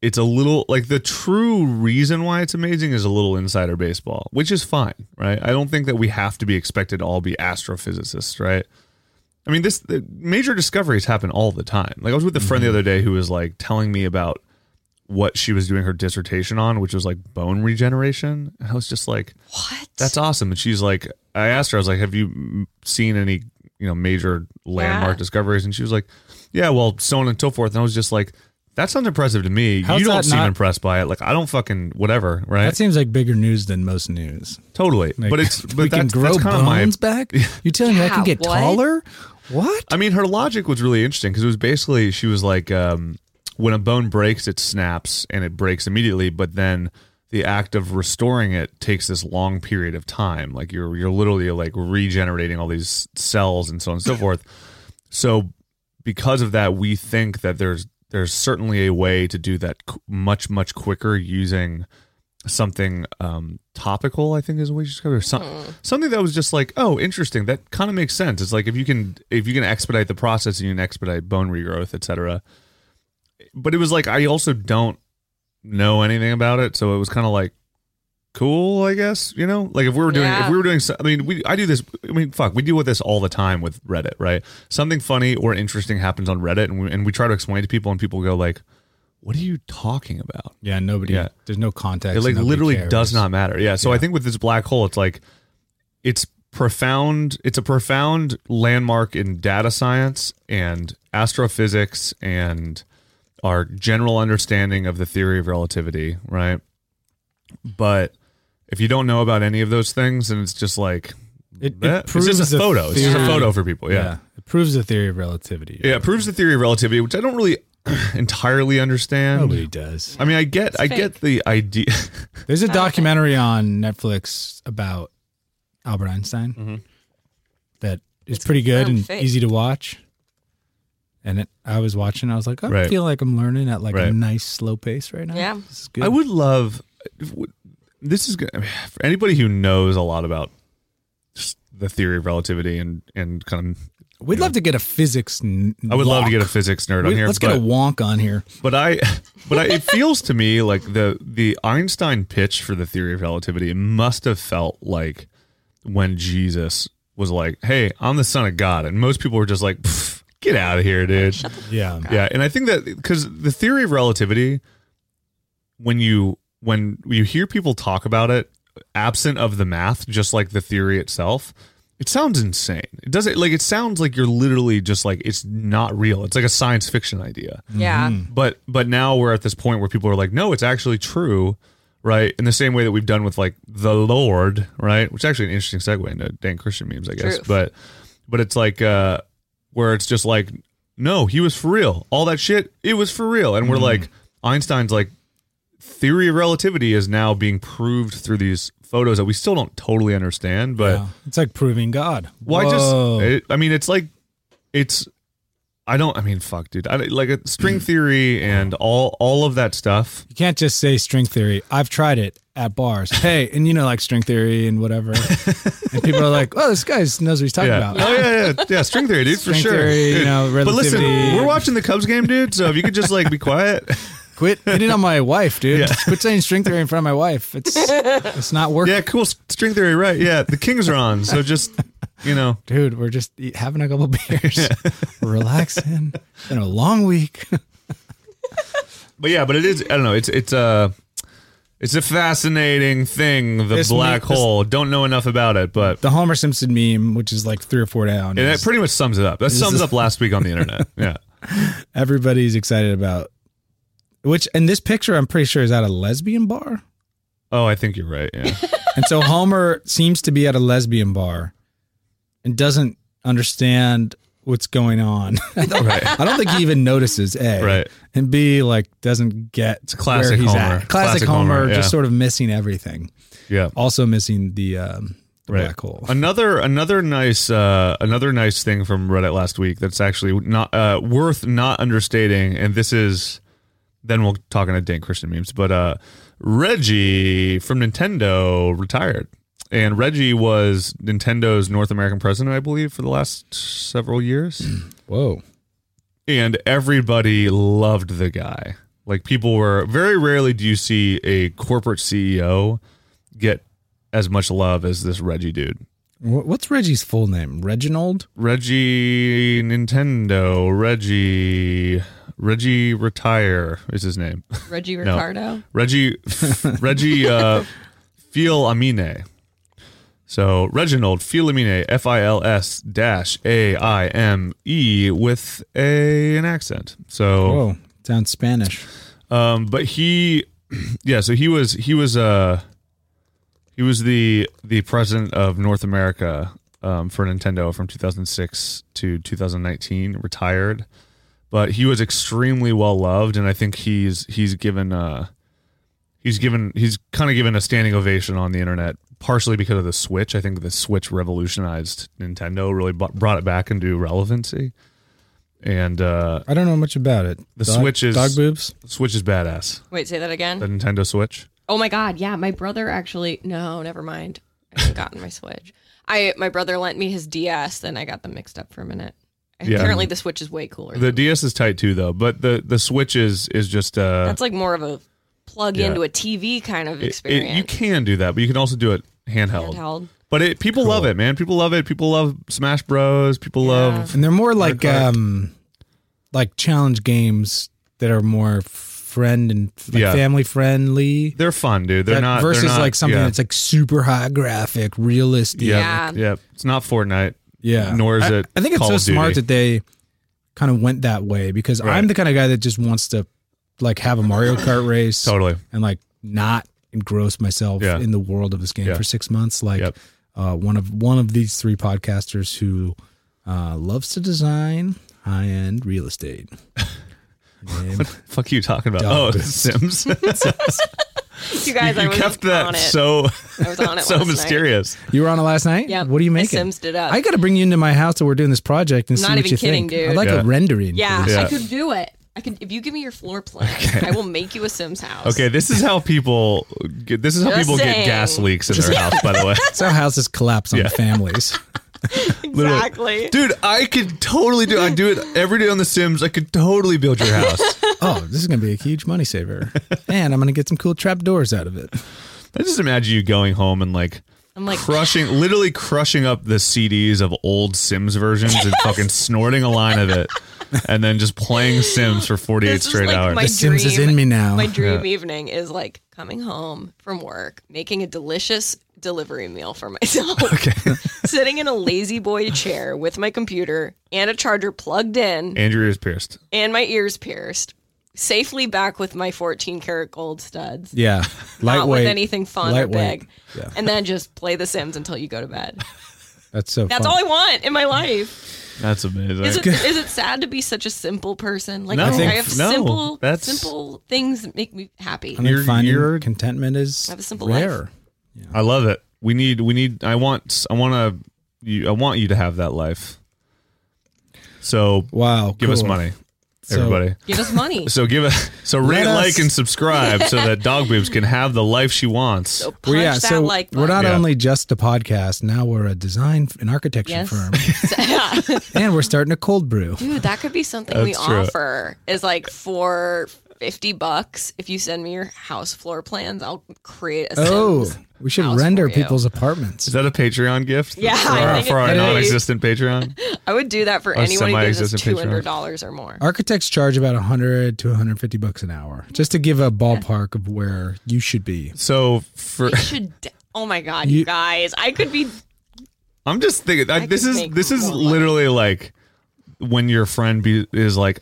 S5: it's a little like the true reason why it's amazing is a little insider baseball, which is fine, right? I don't think that we have to be expected to all be astrophysicists, right? I mean, this the major discoveries happen all the time. Like, I was with a friend the other day who was like telling me about what she was doing her dissertation on, which was like bone regeneration. And I was just like,
S6: what?
S5: that's awesome. And she's like, I asked her, I was like, have you mm, seen any, you know, major landmark
S6: Yeah.
S5: discoveries? And she was like, yeah, well, so on and so forth. And I was just like, that sounds impressive to me.
S4: How's
S5: you don't
S4: that
S5: seem
S4: not-
S5: impressed by it. Like, I don't fucking whatever, right?
S4: That seems like bigger news than most news.
S5: totally.
S4: Like,
S5: but it's
S4: we
S5: but
S4: can
S5: that's,
S4: grow
S5: that's kind of my.
S4: bones back. You telling me I can
S6: Yeah,
S4: get
S6: what?
S4: taller? What?
S5: I mean, her logic was really interesting because it was basically she was like, um, when a bone breaks, it snaps and it breaks immediately, but then the act of restoring it takes this long period of time. Like you're you're literally like regenerating all these cells and so on and so forth. So because of that, we think that there's there's certainly a way to do that qu- much much quicker using something um, topical. I think is what we discovered. Or some, Something that was just like, oh, interesting. That kind of makes sense. It's like if you can if you can expedite the process and you can expedite bone regrowth, etc. But it was like I also don't know anything about it, so it was kind of like cool, I guess. You know, like if we were doing,
S6: Yeah.
S5: if we were doing, so- I mean, we, I do this. I mean, fuck, we deal with this all the time with Reddit, right? Something funny or interesting happens on Reddit, and we, and we try to explain it to people, and people go like, "What are you talking about?"
S4: Yeah, nobody.
S5: Yeah.
S4: There's no context.
S5: It like
S4: nobody
S5: literally
S4: cares.
S5: does not matter. Yeah. So I think with this black hole, it's like it's profound. It's a profound landmark in data science and astrophysics and our general understanding of the theory of relativity, right? But if you don't know about any of those things, and it's just like
S4: It, it
S5: eh, it's
S4: proves
S5: just a
S4: the
S5: photo. It's just a
S4: theory-
S5: photo for people.
S4: Yeah.
S5: yeah.
S4: it proves the theory of relativity.
S5: Yeah, it proves the theory of relativity, which I don't really entirely understand.
S4: nobody does.
S5: I mean, I get, I get the idea.
S4: There's a documentary on Netflix about Albert Einstein
S5: Mm-hmm.
S4: that is pretty good
S6: confirmed
S4: and
S6: fake.
S4: easy to watch. And it, I was watching, I was like, oh, I
S5: Right.
S4: feel like I'm learning at like a
S5: Right.
S4: nice slow pace right now.
S6: Yeah.
S4: this is good.
S5: I would love. This is gonna- for anybody who knows a lot about just the theory of relativity and and kind of.
S4: We'd love to get a physics. N-
S5: I would love to get a
S4: wonk.
S5: physics nerd on
S4: We-
S5: here.
S4: Let's
S5: but,
S4: get a wonk on here.
S5: but I, but I, it feels to me like the the Einstein pitch for the theory of relativity must have felt like when Jesus was like, "Hey, I'm the son of God," and most people were just like, "Pff, "Get out of here, dude."
S4: Yeah,
S5: Yeah, and I think that because the theory of relativity, when you when you hear people talk about it, absent of the math, just like the theory itself, it sounds insane. It doesn't like it sounds like you're literally just like it's not real. It's like a science fiction idea.
S6: Yeah.
S4: mm.
S5: But but now we're at this point where people are like, no, it's actually true, right? In the same way that we've done with like the Lord, right? Which is actually an interesting segue into Dan Christian memes, I guess.
S6: Truth.
S5: But but it's like uh where it's just like, no, he was for real. All that shit, it was for real. And we're like, Einstein's like theory of relativity is now being proved through these photos that we still don't totally understand, but
S4: Yeah. it's like proving God.
S5: well,
S4: Whoa.
S5: I just, I I mean, it's like, it's, I don't, I mean, fuck, dude. I, like uh,
S4: Hmm.
S5: string theory and all, all of that stuff.
S4: You can't just say string theory. I've tried it at bars. Hey, and you know, like string theory and whatever. and people are like, oh, this guy knows what he's talking
S5: Yeah.
S4: about.
S5: Oh, yeah, yeah. Yeah. String theory, dude, for
S4: String
S5: sure.
S4: theory, you
S5: Dude.
S4: know,
S5: but listen,
S4: relativity.
S5: we're watching the Cubs game, dude. So if you could just like be quiet.
S4: Quit hitting on my wife, dude. Quit saying string theory in front of my wife. It's it's not working.
S5: Yeah. Cool. s- String theory. Right. Yeah. The Kings are on. So just, you know,
S4: Dude, we're just eat, having a couple beers, We're relaxing. It's been a long week.
S5: but yeah, but it is, I don't know. It's, it's, uh, it's a fascinating thing, the
S4: This
S5: black
S4: ma- this-
S5: hole. Don't know enough about it, but
S4: The Homer Simpson meme, which is like three or four down,
S5: and Uh, that
S4: is
S5: pretty much sums it up. That sums
S4: is-
S5: up last week on the internet. Yeah.
S4: everybody's excited about. Which and this picture, I'm pretty sure, is at a lesbian bar.
S5: Oh, I think you're right. Yeah.
S4: And so Homer seems to be at a lesbian bar and doesn't understand what's going on. I don't, I don't think he even notices A.
S5: Right.
S4: And B, like, doesn't get
S5: classic
S4: where he's
S5: Homer.
S4: at. Classic,
S5: Classic
S4: Homer,
S5: Homer, yeah.
S4: just sort of missing everything.
S5: Yeah.
S4: Also missing the, um, the
S5: Right.
S4: black hole.
S5: Another another nice uh, another nice thing from Reddit last week that's actually not uh, worth not understating, and this is then we'll talk into Dan Christian memes, but uh, Reggie from Nintendo retired. And Reggie was Nintendo's North American president, I believe, for the last several years.
S4: Whoa.
S5: and everybody loved the guy. Like people were very rarely do you see a corporate CEO get as much love as this Reggie dude.
S4: Wh- What's Reggie's full name? Reginald?
S5: Reggie Nintendo, Reggie Reggie retire is his name.
S6: Reggie
S5: No.
S6: Ricardo.
S5: Reggie Reggie uh Filamine. So Reginald Filamine F I L S dash A I M E with a an accent. So
S4: Whoa. Sounds Spanish.
S5: Um, but he, yeah, so he was he was uh he was the the president of North America um, for Nintendo from 2006 to 2019, retired. But he was extremely well loved, and I think he's he's given uh he's given he's kind of given a standing ovation on the internet, partially because of the Switch. I think the Switch revolutionized Nintendo, really bu- brought it back into relevancy, and uh,
S4: I don't know much about it.
S5: The Switch is-
S4: Dog boobs?
S5: Switch is badass.
S6: Wait, say that again.
S5: The Nintendo Switch.
S6: Oh my god, yeah, my brother actually no, never mind. I haven't gotten my Switch. I my brother lent me his DS, then I got them mixed up for a minute.
S5: Yeah.
S6: Apparently the Switch is way cooler.
S5: The
S6: than-
S5: DS is tight too, though. But the the Switch is is just uh
S6: That's like more of a plug
S5: Yeah.
S6: into a TV kind of
S5: It- it-
S6: experience.
S5: you can do that, but you can also do it handheld.
S6: Handheld.
S5: But it, people love it, man. People love it. People love Smash Bros. People love.
S4: and they're more like
S5: Kart.
S4: um like challenge games that are more friend and like
S5: Yeah.
S4: family friendly
S5: They're fun, dude. They're
S4: That-
S5: not
S4: versus
S5: they're not-
S4: like something
S5: yeah.
S4: that's like super high graphic realistic
S5: Yeah.
S6: Yeah.
S5: yeah, It's not Fortnite.
S4: yeah
S5: Nor is
S4: I-
S5: it
S4: i, think it's
S5: Call
S4: so
S5: of Duty.
S4: smart that they kind of went that way because i'm
S5: Right.
S4: the kind of guy that just wants to like have a mario kart race
S5: Totally.
S4: and like not engross myself
S5: Yeah.
S4: in the world of this game
S5: Yeah.
S4: for six months. Like
S5: Yep.
S4: uh, one of one of these three podcasters who uh, loves to design high end real estate. Name-
S5: Fuck you talking about?
S4: Dog.
S5: Oh, Sims. you
S6: you guys, I was
S5: kept
S6: on
S5: that
S6: it.
S5: so
S6: I was on it
S5: so
S6: last night.
S5: mysterious.
S4: you were on it last night.
S6: Yeah.
S4: What do you
S6: I
S4: make?
S6: Sims'd it up.
S4: I got to bring you into my house, so we're doing this project and
S6: Not
S4: see what
S6: even
S4: you
S6: kidding,
S4: think. I
S6: dude.
S4: like
S5: Yeah.
S4: a rendering.
S6: Yeah,
S4: for this.
S5: Yeah.
S6: I could do it. I can if you give me your floor plan, I will make you a Sims house.
S5: Okay, this is how people get. This is how
S6: Just
S5: people get
S6: saying.
S5: gas leaks in their house. By the way,
S4: That's how houses collapse on
S5: Yeah.
S4: families.
S5: Literally.
S6: exactly.
S5: dude, I could totally do. I do it every day on The Sims. I could totally build your house.
S4: oh, this is going to be a huge money saver, and I'm going to get some cool trap doors out of it.
S5: I just imagine you going home and like
S6: I'm like,
S5: crushing, literally crushing up the CDs of old Sims versions and fucking snorting a line of it, and then just playing Sims for forty eight
S6: this is
S5: straight
S6: like
S5: hours.
S6: my
S4: The
S6: dream.
S4: Sims is in me now.
S6: My dream evening is like coming home from work, making a delicious delivery meal for myself. Okay. Sitting in a lazy boy chair with my computer and a charger plugged in
S5: Andrew is pierced.
S6: and my ears pierced. Safely back with my 14 karat gold studs.
S4: Yeah,
S6: Not
S4: lightweight.
S6: with anything fun or
S4: Lightweight.
S6: big.
S4: Yeah.
S6: And then just play The Sims until you go to bed.
S4: That's so.
S6: That's
S4: fun.
S6: all I want in my life.
S5: That's amazing.
S6: Is it, is it sad to be such a simple person? Like
S5: No,
S6: I,
S5: I think-
S6: have
S5: no,
S6: simple,
S5: that's-
S6: simple things that make me happy.
S4: I think
S5: You're-
S4: finding
S5: you're-
S4: contentment is
S6: Have a simple
S4: rare.
S6: life.
S5: I love it. We need. We need. I want. I want to. You, I want you to have that life. So
S4: Wow,
S5: give us
S4: cool.
S5: money,
S4: So-
S5: everybody.
S6: Give us money.
S5: So give us so rate,
S4: us-
S5: like, and subscribe so that Dog Boobs can have the life she wants.
S6: So punch
S4: Well, yeah,
S6: that
S4: so
S6: like
S4: we're not
S6: button.
S5: Yeah.
S4: only just a podcast. Now we're a design f- and architecture
S6: Yes.
S4: firm, and we're starting a cold brew.
S6: Dude, that could be something we
S5: That's true.
S6: offer is like for 50 bucks. If you send me your house floor plans, I'll create a
S4: Oh,
S6: Sims.
S4: we should
S6: house
S4: render
S6: for you.
S4: people's
S5: Is
S4: apartments.
S5: that a Patreon gift?
S6: Yeah,
S5: for
S6: I
S5: our,
S6: think
S5: for
S6: it's
S5: our
S6: great.
S5: non-existent Patreon.
S6: I would do that for anyone who gives us
S5: semi-existent Patreon. Uh,
S6: $200 or more.
S4: Architects charge about 100 to 150 bucks an hour, just to give a ballpark of where you should be.
S5: So for
S6: We should d- Oh my god,
S4: You-
S6: you guys. I could be
S5: I'm just thinking I,
S6: I
S5: this
S6: could
S5: is
S6: make
S5: this is
S6: more money.
S5: literally like when your friend be, is like,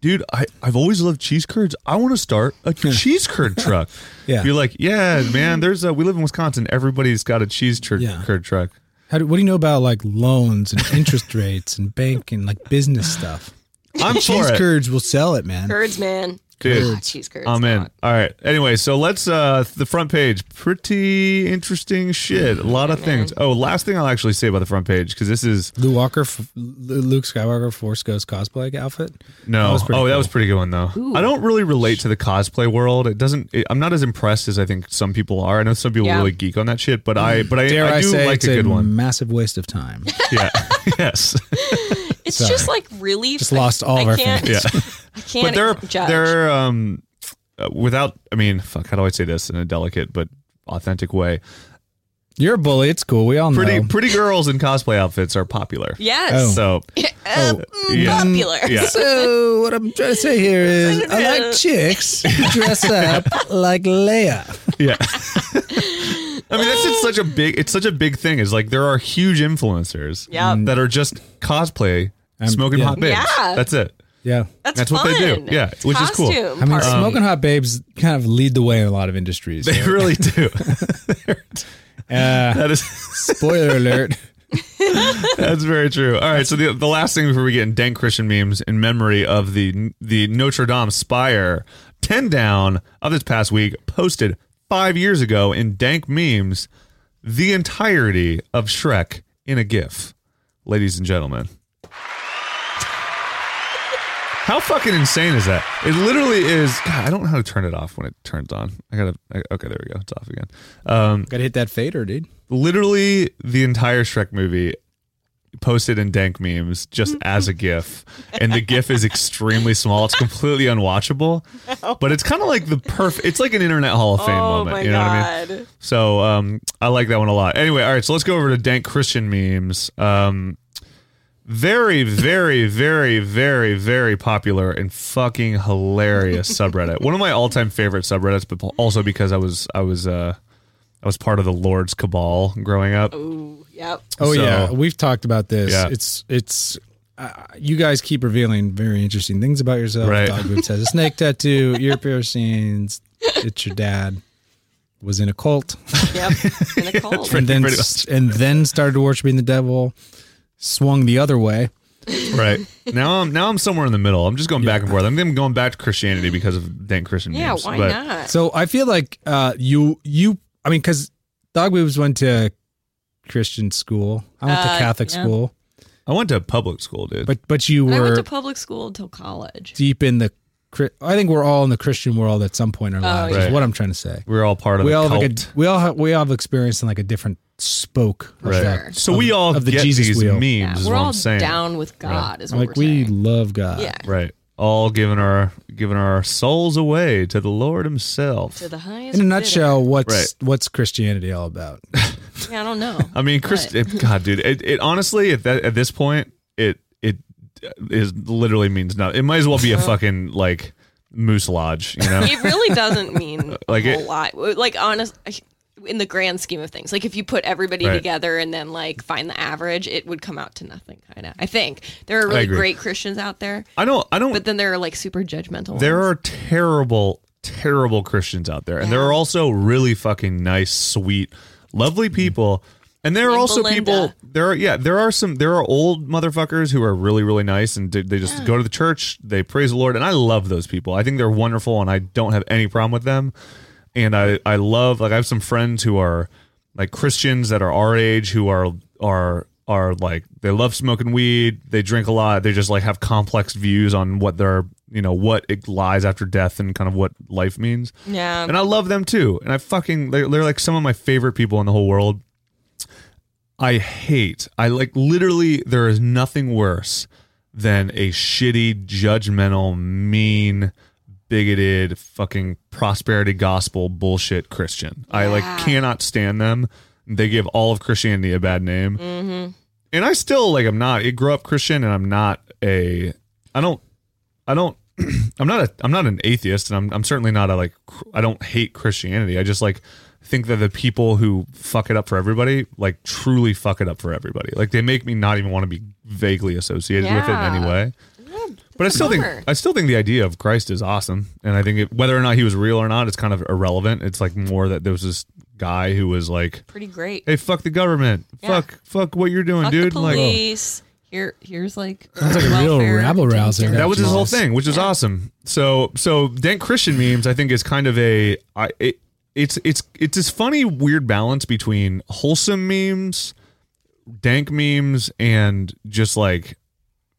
S5: dude, I I've always loved cheese curds. I want to start a cheese curd truck.
S4: Yeah.
S5: You're like, yeah, man. There's a we live in Wisconsin. Everybody's got a cheese tur-
S4: Yeah.
S5: curd truck.
S4: How do, what do you know about like loans and interest rates and bank and like business stuff?
S5: I'm for
S4: Cheese
S5: it.
S4: curds will sell it, man.
S6: curds, man.
S5: Dude.
S6: Ah, cheese curds.
S5: I'm in.
S6: dog.
S5: All right. Anyway, so let's uh the front page. Pretty interesting shit. A lot
S6: Mm-hmm.
S5: of things. Oh, last thing I'll actually say about the front page because this is
S4: Luke Walker, f- Lu- Luke Skywalker, Force Ghost cosplay outfit.
S5: no.
S4: That was
S5: oh,
S4: pretty
S5: that
S4: cool.
S5: was a pretty good one though. I don't really relate to the cosplay world. It doesn't. It, I'm not as impressed as I think some people are. I know some people
S6: Yeah.
S5: really geek on that shit, but I but I,
S4: Dare I,
S5: I do
S4: say
S5: like
S4: it's
S5: a
S4: a,
S5: good one.
S4: massive waste of time.
S5: yeah. yes.
S6: It's
S4: Sorry.
S6: just like really
S4: Just lost all
S6: I
S4: of our
S6: can't,
S5: Yeah.
S6: I can't
S5: But they're
S6: judge.
S5: they're um uh, without. I mean, fuck. How do I say this in a delicate but authentic way?
S4: You're a bully. It's cool. We all
S5: Pretty
S4: know.
S5: pretty girls in cosplay outfits are popular.
S6: yes.
S4: Oh.
S5: So
S6: Uh, mm,
S5: Yeah.
S6: Popular.
S5: yeah.
S4: So what I'm trying to say here is, I like chicks who dress up like Leia.
S5: Yeah. I mean, that's it's such a big it's such a big thing. Is like there are huge influencers
S6: Yep.
S5: that are just cosplay
S4: Um,
S5: smoking
S4: yeah.
S5: hot babes.
S6: Yeah.
S5: That's it.
S4: Yeah,
S6: That's,
S5: That's what they do.
S6: fun.
S5: Yeah,
S6: It's
S5: which is cool.
S6: costume
S4: I mean,
S5: Um,
S6: party.
S4: smoking hot babes kind of lead the way in a lot of industries.
S5: They really do. Uh,
S4: Uh,
S5: that is
S4: spoiler alert.
S5: that's very true. All right, so the the last thing before we get in dank Christian memes in memory of the the Notre Dame spire 10 down of this past week posted 5 years ago in dank memes the entirety of Shrek in a gif. Ladies and gentlemen, How fucking insane is that? It literally is. God, I don't know how to turn it off when it turns on. I gotta. I, okay, there we go. It's off again. Um,
S4: Got to hit that fader, dude.
S5: literally the entire Shrek movie posted in dank memes just as a gif and the gif is extremely small it's completely unwatchable but it's kind of like the perfect it's like an internet hall of fame
S6: Oh
S5: moment
S6: my
S5: you know what i mean
S6: god.
S5: so um, I like that one a lot. Anyway, all right, so let's go over to dank Christian memes. Um, very, very, very, very, very popular and fucking hilarious subreddit. One of my all-time favorite subreddits, but also because I was I was uh, I was part of the Lord's cabal growing up.
S6: Ooh, yep.
S4: Oh
S5: So-
S4: yeah, we've talked about this.
S5: Yeah.
S4: It's it's uh, you guys keep revealing very interesting things about yourself.
S5: Right.
S4: Dog boots has a snake tattoo, ear piercings. It's your dad was in a cult
S6: Yep. In a cult.
S4: and then
S5: pretty
S4: s- and then started worshiping the devil. Swung the other way.
S5: Right now, I'm now I'm somewhere in the middle. I'm just going back and forth. I'm going back to Christianity because of dank Christian
S6: yeah,
S5: memes.
S6: why
S5: but-
S6: not?
S4: So I feel like uh, you you I mean because dog boobs went to Christian school. I went
S6: Uh,
S4: to Catholic
S6: yeah.
S4: school,
S5: I went to public school, dude.
S4: but but you
S6: And I went
S4: were
S6: to public school until college.
S4: deep in the. Chri- I think we're all in the Christian world at some point in our
S6: Oh,
S4: lives.
S5: yeah.
S4: Is what I'm trying to say.
S5: we were all part of
S4: we
S5: the
S4: all
S5: cult.
S4: have like a, we all have, we all have experience in like a different spoke. of
S5: Right.
S4: that-
S5: So
S4: of-
S5: we all
S4: of the
S5: get
S4: Jesus
S5: these
S4: wheel.
S5: memes.
S6: Yeah,
S5: is
S6: we're
S5: what
S6: all
S5: I'm saying.
S6: down with God, is what
S4: like
S6: we're
S4: we
S6: saying.
S4: love God.
S6: yeah.
S5: Right. All giving our giving our souls away to the Lord Himself.
S6: To the highest.
S4: In a
S6: bidder.
S4: nutshell, what's
S5: Right.
S4: what's Christianity all about?
S6: Yeah, I don't know.
S5: I mean, Chris, it- God, dude, it, it honestly at that at this point, it it is literally means nothing. It might as well be a
S6: Uh-huh.
S5: fucking like moose lodge, you know?
S6: it really doesn't mean
S5: Like
S6: a whole
S5: it-
S6: lot. Like honest, in the grand scheme of things, like if you put everybody
S5: Right.
S6: together and then like find the average, it would come out to nothing. Kind of. I think there are really
S5: agree.
S6: great Christians out there,
S5: I don't. I don't.
S6: but then there are like super judgmental.
S5: there
S6: ones.
S5: are terrible, terrible Christians out there, and there are also really fucking nice, sweet,
S6: Mm-hmm.
S5: lovely people. And there are
S6: Like
S5: also
S6: Belinda.
S5: people. There are yeah. There are some. There are old motherfuckers who are really really nice, and d- they just go to the church. They praise the Lord, and I love those people. I think they're wonderful, and I don't have any problem with them. And I I love like I have some friends who are like Christians that are our age who are are are like they love smoking weed. They drink a lot. They just like have complex views on what their you know what it lies after death and kind of what life means
S6: Yeah.
S5: and I love them too. And I fucking they're, they're like some of my favorite people in the whole world. I hate. I like literally. There is nothing worse than a shitty, judgmental, mean, bigoted, fucking prosperity gospel bullshit Christian. I like cannot stand them. They give all of Christianity a bad name and I still like I'm not I grew up Christian and I'm not a I don't I don't I'm not a I'm not an atheist and I'm I'm certainly not a like cr- I don't hate Christianity. I just like think that the people who fuck it up for everybody like truly fuck it up for everybody. Like they make me not even want to be vaguely associated with it in any
S6: Yeah.
S5: way. But I still think
S6: bummer.
S5: I still think the idea of Christ is awesome, and I think it, whether or not he was real or not, it's kind of irrelevant. It's like more that there was this guy who was like,
S6: pretty great.
S5: "Hey, fuck the government,
S6: Yeah.
S5: fuck, fuck what you're doing,
S6: Fuck
S5: dude."
S6: the
S5: Like,
S6: police. Here, here's like
S4: Sounds like a real
S6: welfare
S4: rabble rouser.
S6: taking
S5: that was his whole
S4: Jesus.
S5: thing, which is awesome. So so dank Christian memes, I think, is kind of a I it, it's it's it's this funny weird balance between wholesome memes, dank memes, and just like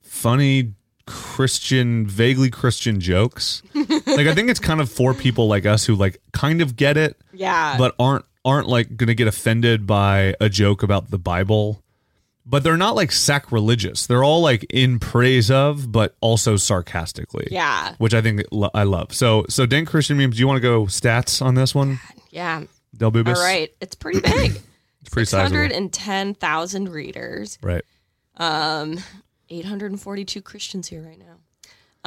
S5: funny Christian, vaguely Christian jokes. like I think it's kind of for people like us who like kind of get it,
S6: Yeah.
S5: but aren't aren't like going to get offended by a joke about the Bible. But they're not like sacrilegious. They're all like in praise of, but also sarcastically.
S6: yeah.
S5: which I think lo- I love. So so dank Christian memes. Do you want to go stats on this one,
S6: Yeah.
S5: Del Bubis?
S6: All right. It's pretty big.
S5: it's pretty
S6: Six
S5: sizable.
S6: hundred and ten thousand readers.
S5: Right,
S6: Um, 842 Christians here right now.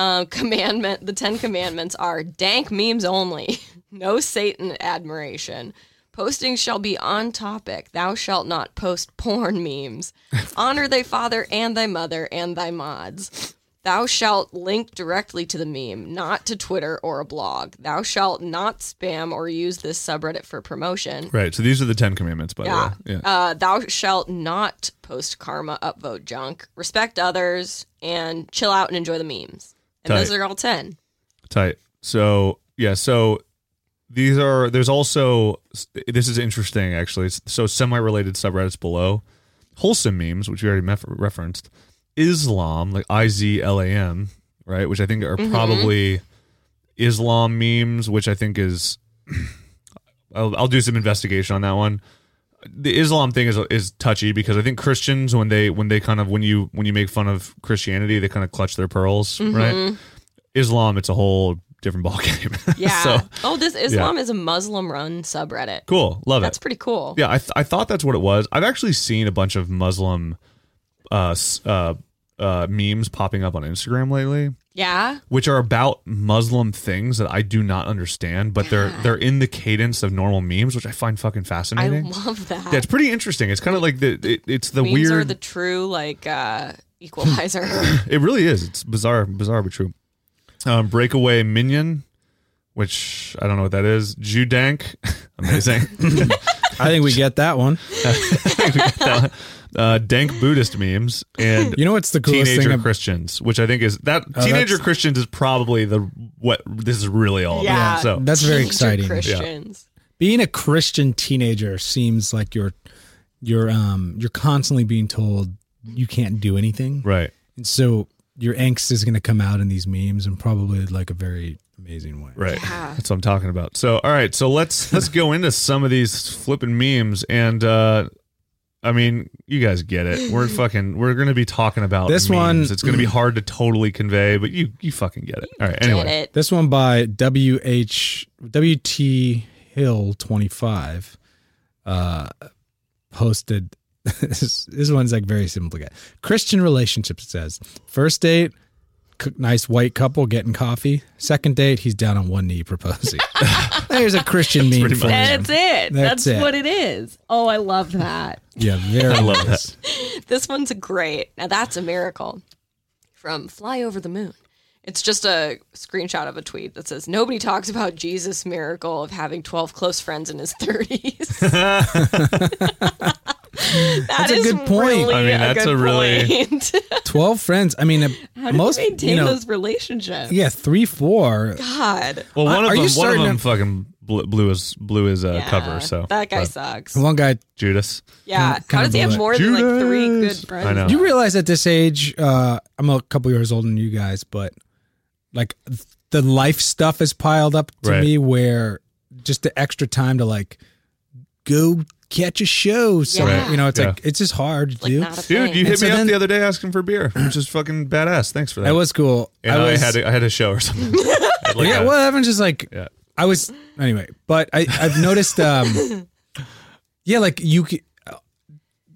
S6: Um, commandment the 10 commandments are dank memes only, no Satan admiration. Posting shall be on topic. Thou shalt not post porn memes. Honor thy father and thy mother and thy mods. Thou shalt link directly to the meme, not to Twitter or a blog. Thou shalt not spam or use this subreddit for promotion.
S5: right. So these are the Ten Commandments, by
S6: Yeah.
S5: the way. Yeah,
S6: Uh, thou shalt not post karma, upvote junk, respect others, and chill out and enjoy the memes. And those
S5: Tight.
S6: are all 10.
S5: tight. So yeah, so these are. There's also this is interesting actually. So semi-related subreddits below, wholesome memes, which we already mef- referenced, Islam, like I Z L A M, right? Which I think are probably Islam memes, which I think is. I'll, I'll do some investigation on that one. the Islam thing is is touchy because I think Christians when they when they kind of when you when you make fun of Christianity they kind of clutch their pearls, right? Islam, it's a whole different ballgame.
S6: Yeah.
S5: so
S6: oh, this Islam is a Muslim run subreddit.
S5: cool, love
S6: That's
S5: it.
S6: pretty cool.
S5: Yeah, I, th- I thought that's what it was. I've actually seen a bunch of Muslim uh, s- uh, uh, memes popping up on Instagram lately,
S6: Yeah.
S5: which are about Muslim things that I do not understand, but they're they're in the cadence of normal memes, which I find fucking
S6: I
S5: fascinating.
S6: love that.
S5: yeah, it's pretty interesting. It's kind of like the it, it's the
S6: Memes
S5: weird.
S6: are the true like uh equalizer.
S5: It really is. It's bizarre, bizarre but true. Um, Breakaway Minion, which I don't know what that is. Judank, amazing.
S4: I think we get that one.
S5: uh, dank Buddhist memes and
S4: You know what's the coolest
S5: teenager
S4: thing? ab- Oh,
S5: Christians, which I think is that teenager
S4: that's-
S5: Christians is probably the what this is really all
S6: Yeah.
S5: about. So
S4: that's very
S6: Teenager
S4: exciting.
S6: Christians.
S4: Being a Christian teenager seems like you're you're um you're constantly being told you can't do anything.
S5: right,
S4: And so your angst is going to come out in these memes and probably like a very amazing way.
S5: right. That's what I'm talking about. So all right, so let's let's go into some of these flipping memes and. uh I mean, you guys get it. We're fucking. We're gonna be talking about
S4: This
S5: memes.
S4: one-
S5: It's gonna be hard to totally convey, but you you fucking get it. All right. Anyway,
S6: Get it.
S4: This one by WH WT Hill 25 uh posted this, this one's like very simple to get. Christian relationships it says. First date c- Nice white couple getting coffee. Second date, he's down on one knee proposing. There's a Christian meme. for
S6: That's
S4: you.
S6: it.
S4: That's
S6: That's,
S4: it.
S6: what it is. Oh, I love that.
S4: Yeah, very I love that.
S6: This one's great. Now that's a miracle from Fly Over the Moon. It's just a screenshot of a tweet that says nobody talks about Jesus' miracle of having 12 close friends in his 30s. that's
S4: a good point.
S5: I mean, that's a really-
S4: Twelve friends. I mean, uh,
S6: How do
S4: most
S6: you maintain
S4: you know,
S6: those relationships?
S4: yeah, three, four.
S6: God.
S5: Well, one
S4: Are
S5: of
S4: you
S5: them, one of
S4: starting
S5: them
S4: to-
S5: fucking blew, blew his blew his uh,
S6: Yeah,
S5: cover. So
S6: that guy
S5: but
S6: sucks.
S4: One guy.
S5: Judas.
S6: Yeah.
S4: Kinda-
S6: How
S4: kinda
S6: does he have
S4: blew it.
S6: more than like three good
S5: Judas!
S6: friends?
S5: I know.
S4: You realize at this age, uh, I'm a couple years older than you guys, but like th- the life stuff has piled up to
S5: Right.
S4: me where just the extra time to like go catch a show. So
S6: Yeah.
S4: you know, it's
S5: Yeah.
S4: like it's just hard to
S6: Like,
S4: do.
S6: not a
S5: Dude,
S6: thing.
S4: Oh.
S5: you
S4: And
S5: hit
S4: so
S5: me
S4: then-
S5: up the other day asking for beer, which is fucking badass. Thanks for that.
S4: That was cool.
S5: and I,
S4: was,
S5: had a, I had a show or something. I had like
S4: yeah.
S5: a-
S4: Well, everyone's just like
S5: yeah.
S4: I was anyway, but I I've noticed um yeah, like you c- uh,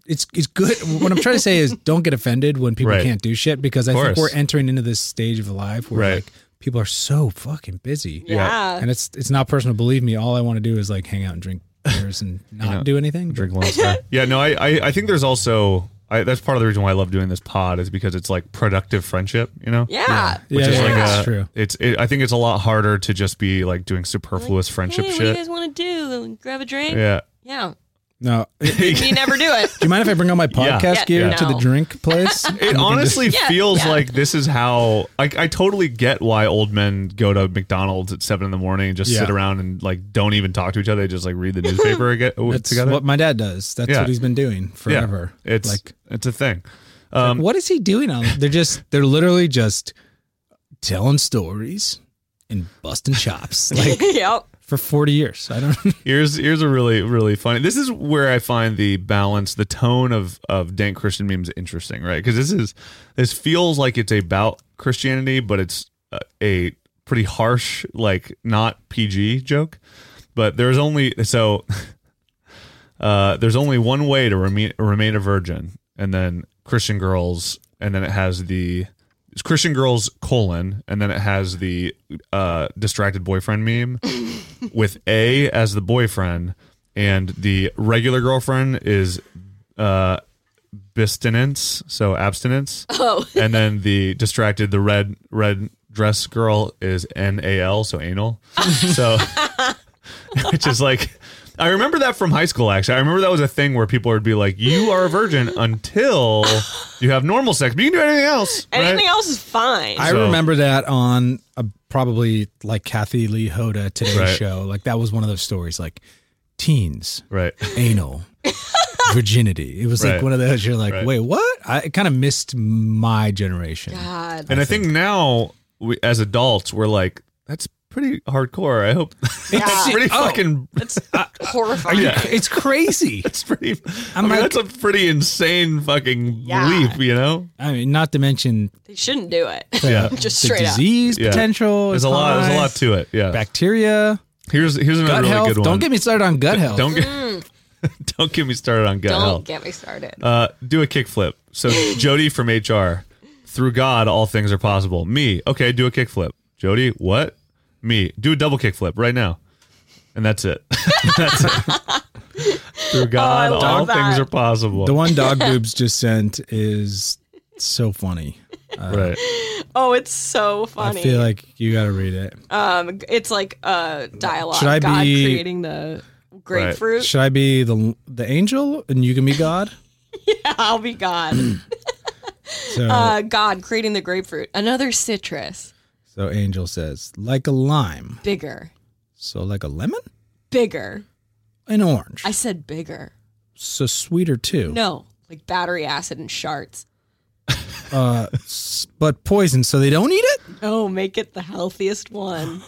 S4: it's it's good what I'm trying to say is don't get offended when people
S5: Right.
S4: can't do shit because I
S5: Of
S4: think
S5: course.
S4: we're entering into this stage of life where
S5: Right.
S4: like people are so fucking busy.
S6: yeah.
S4: And it's it's not personal believe me, all I want to do is like hang out and drink beers and not do anything.
S5: drink Monster. yeah, no, I, I, I think there's also I, that's part of the reason why I love doing this pod is because it's like productive friendship, you know?
S6: Yeah.
S4: Yeah,
S5: Which is
S4: yeah,
S5: like
S4: that's
S5: uh,
S4: true.
S5: It's it, I think it's a lot harder to just be like doing superfluous friendship
S6: Hey, what do you
S5: shit.
S6: guys want to do? Grab a drink?
S5: Yeah.
S6: Yeah.
S4: No. Do
S6: You never do it.
S4: you mind if I bring all my podcast
S6: Yeah,
S4: gear to
S6: no.
S4: the drink place?
S5: It honestly
S6: Yeah,
S5: feels
S6: yeah.
S5: like this is how I, I totally get why old men go to McDonald's at seven in the morning and just sit
S4: Yeah.
S5: around and like don't even talk to each other. They just like read the newspaper again,
S4: That's
S5: together.
S4: what my dad does. That's
S5: Yeah.
S4: what he's been doing
S5: yeah,
S4: forever.
S5: it's
S4: like
S5: it's a thing.
S4: what is he doing on they're just they're literally just telling stories and busting chops like
S6: yep.
S4: for 40 years i don't
S5: Here's here's a really really funny. This is where I find the balance, the tone of of dank Christian memes interesting, right? Because this is this feels like it's about Christianity, but it's a, a pretty harsh, like not PG joke. But there's only so uh, there's only one way to remain remain a virgin, and then Christian girls, and then it has the it's Christian girls colon, and then it has the uh, distracted boyfriend meme with A as the boyfriend, and the regular girlfriend is uh, abstinence, so abstinence.
S6: Oh.
S5: and then the distracted, the red red dress girl is N A L, so anal. so, which is like. I remember that from high school. Actually, I remember that was a thing where people would be like, "You are a virgin until you have normal sex, but you can do anything else." right?
S6: Anything else is fine.
S4: i
S5: So-
S4: remember that on a, probably like kathy lee hoda today's
S5: Right.
S4: show like that was one of those stories like teens
S5: Right.
S4: anal virginity it was like
S5: Right.
S4: one of those you're like
S5: Right.
S4: wait what i it kind of missed my generation
S6: God.
S5: And I think, now, we, as adults, we're like, that's pretty hardcore. I hope it's pretty
S4: oh.
S5: fucking.
S6: That's horrifying.
S4: It's crazy.
S5: It's pretty. i
S4: I'm
S5: mean,
S4: like-
S5: that's a pretty insane fucking
S6: Yeah.
S5: leap, you know.
S4: I mean, not to mention
S6: They shouldn't do it.
S5: Yeah.
S6: Just
S4: the
S6: straight up.
S4: disease
S5: Yeah.
S4: potential.
S5: There's
S4: is
S5: a lot. There's a
S4: high.
S5: lot to it. Yeah.
S4: Bacteria,
S5: here's here's another
S4: gut
S5: really
S4: health.
S5: good one.
S4: Don't get me started on gut health.
S5: Don't get. don't get me started on gut
S6: Mm. Don't
S5: health.
S6: get me started.
S5: Uh, do a kickflip. So Jody from HR, through God, all things are possible. Me, okay, do a kickflip. Jody, what? Me, do a double kickflip right now, and that's it. that's it. Through God,
S6: Oh, love
S5: all things
S6: that.
S5: are possible.
S4: The one dog boobs just sent is so funny.
S5: right.
S6: Oh, it's so funny.
S4: I feel like you got to read it.
S6: um, it's like a dialogue.
S4: Should I
S6: God
S4: be-
S6: creating the grapefruit.
S4: Should I be the the angel and you can be God?
S6: I'll be God.
S4: So,
S6: uh, God creating the grapefruit. Another citrus.
S4: so angel says like a lime,
S6: Bigger.
S4: so like a lemon,
S6: Bigger.
S4: an orange,
S6: I said bigger.
S4: so sweeter too.
S6: No, like battery acid and sharts.
S4: Uh, s- but poison, so they don't eat it.
S6: Oh, make it the healthiest one.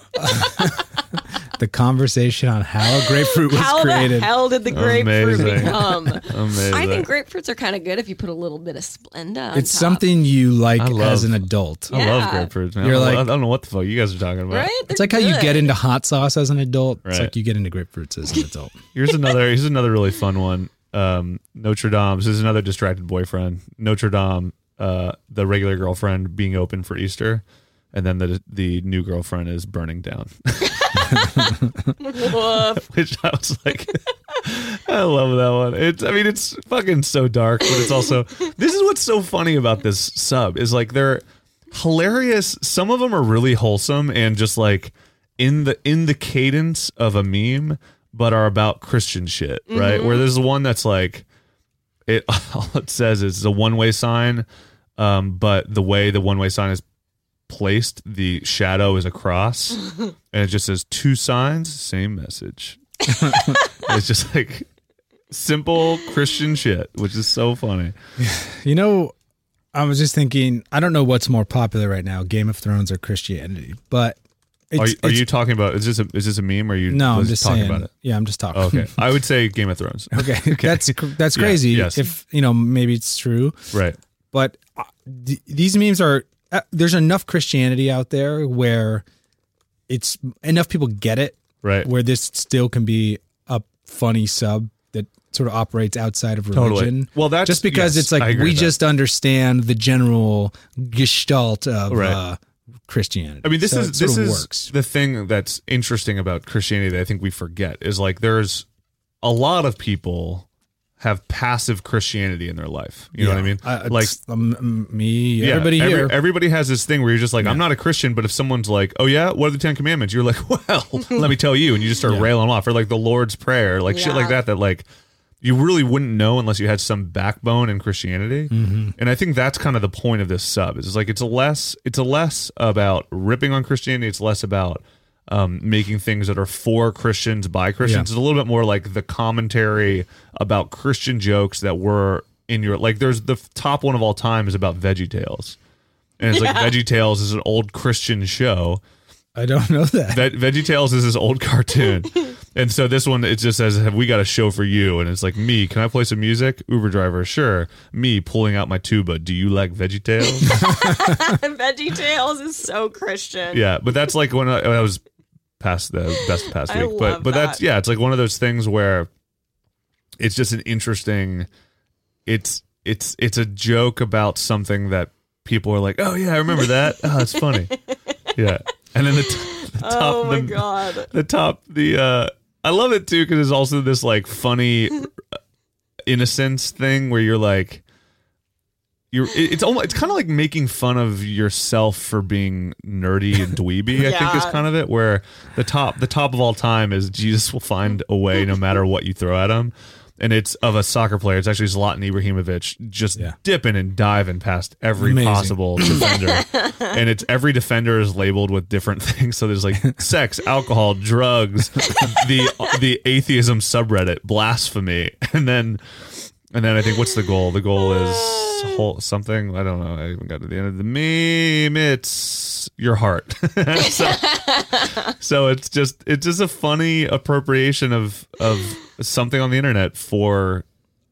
S4: The conversation on how a grapefruit was
S6: How
S4: created.
S6: the hell did the grapefruit
S5: Amazing.
S6: become?
S5: Amazing.
S6: I think grapefruits are kind of good if you put a little bit of Splenda. On
S4: it's
S6: top,
S4: something you like
S5: I love-
S4: as an adult.
S5: I love
S6: Yeah.
S5: grapefruits, man.
S4: You're
S5: I don't-
S4: like-
S5: I don't know what the fuck you guys are talking about.
S6: right?
S4: It's
S6: They're
S4: like how you
S6: good.
S4: get into hot sauce as an adult. It's
S5: Right.
S4: like you get into grapefruits as an adult.
S5: Here's another. Here's another really fun one. Um, Notre Dame. This is another distracted boyfriend. Notre Dame. Uh, the regular girlfriend being open for Easter, and then the the new girlfriend is burning down.
S6: Woof.
S5: Which I was like, I love that one. It's. I mean, it's fucking so dark, but it's also. This is what's so funny about this sub is like they're hilarious. Some of them are really wholesome and just like in the in the cadence of a meme, but are about Christian shit, right? Where there's one that's like. it all it says is a one way sign, um, but the way the one way sign is placed, the shadow is a cross, and it just says two signs, same message. it's just like simple Christian shit, which is so funny.
S4: You know, I was just thinking. I don't know what's more popular right now, Game of Thrones or Christianity, but it's,
S5: Are, are
S4: it's-
S5: you talking about is this a, is this a meme or are you
S4: No, I'm
S5: was
S4: just
S5: talking
S4: saying.
S5: about it? Oh,
S4: Yeah, I'm just talking.
S5: Okay, I would say Game of Thrones.
S4: okay. That's cr- that's
S5: Yeah,
S4: crazy.
S5: yes.
S4: If you know, maybe it's true,
S5: Right,
S4: but uh, th- these memes are. Uh, there's enough Christianity out there where it's enough people get it,
S5: right.
S4: where this still can be a funny sub that sort of operates outside of
S5: Totally.
S4: religion.
S5: Well, that's-
S4: just because
S5: yes,
S4: it's
S5: I
S4: like
S5: agree
S4: we
S5: with that.
S4: just understand the general gestalt of
S5: Right.
S4: uh, Christianity.
S5: I mean, this
S4: So it sort
S5: is this
S4: of
S5: is
S4: works.
S5: the thing that's interesting about Christianity that I think we forget is like there's a lot of people have passive Christianity in their life. You know what I mean?
S4: Uh,
S5: like
S4: it's, um, m- me,
S5: yeah,
S4: everybody
S5: every-
S4: here.
S5: everybody has this thing where you're just like, I'm not a Christian, but if someone's like, Oh yeah, what are the Ten Commandments? You're like, Well, let me tell you, and you just start railing off, or like the Lord's Prayer, like shit like
S6: Yeah.
S5: that. That like you really wouldn't know unless you had some backbone in Christianity. And I think that's kind of the point of this sub. Is it's like it's less it's less about ripping on Christianity. It's less about um, making things that are for Christians by Christians. It's a little bit more like the commentary about Christian jokes that were in your like. There's the f- top one of all time is about Veggie Tales, and it's like Veggie Tales is an old Christian show.
S4: I don't know that.
S5: Ve- VeggieTales is this old cartoon. and so this one, it just says, Have we got a show for you? And it's like, Me, can I play some music? Uber driver, sure. Me, pulling out my tuba. Do you like VeggieTales?
S6: Veggie Tales is so Christian.
S5: yeah. But that's like when I, when I was past the best past
S6: I
S5: week. but
S6: love
S5: but that's,
S6: that.
S5: yeah, it's like one of those things where it's just an interesting, it's, it's, it's a joke about something that people are like, Oh, yeah, I remember that. Oh, it's funny. yeah. And then the, t- the top,
S6: Oh my
S5: the,
S6: god.
S5: the top the uh i love it too because there's also this like funny innocence thing where you're like you're it- it's almost it's kind of like making fun of yourself for being nerdy and dweeby i think is
S6: Yeah.
S5: kind of it where the top the top of all time is jesus will find a way no matter what you throw at him and it's of a soccer player. It's actually Zlatan Ibrahimovic just
S4: Yeah.
S5: dipping and diving past every
S4: Amazing.
S5: possible defender. and it's every defender is labeled with different things. So there's like sex, alcohol, drugs, the the atheism subreddit, blasphemy, and then And then I think what's the goal? The goal
S6: Uh,
S5: is whole, something. I don't know. I even got to the end of the meme. It's your heart. so, so it's just it's just a funny appropriation of of something on the internet for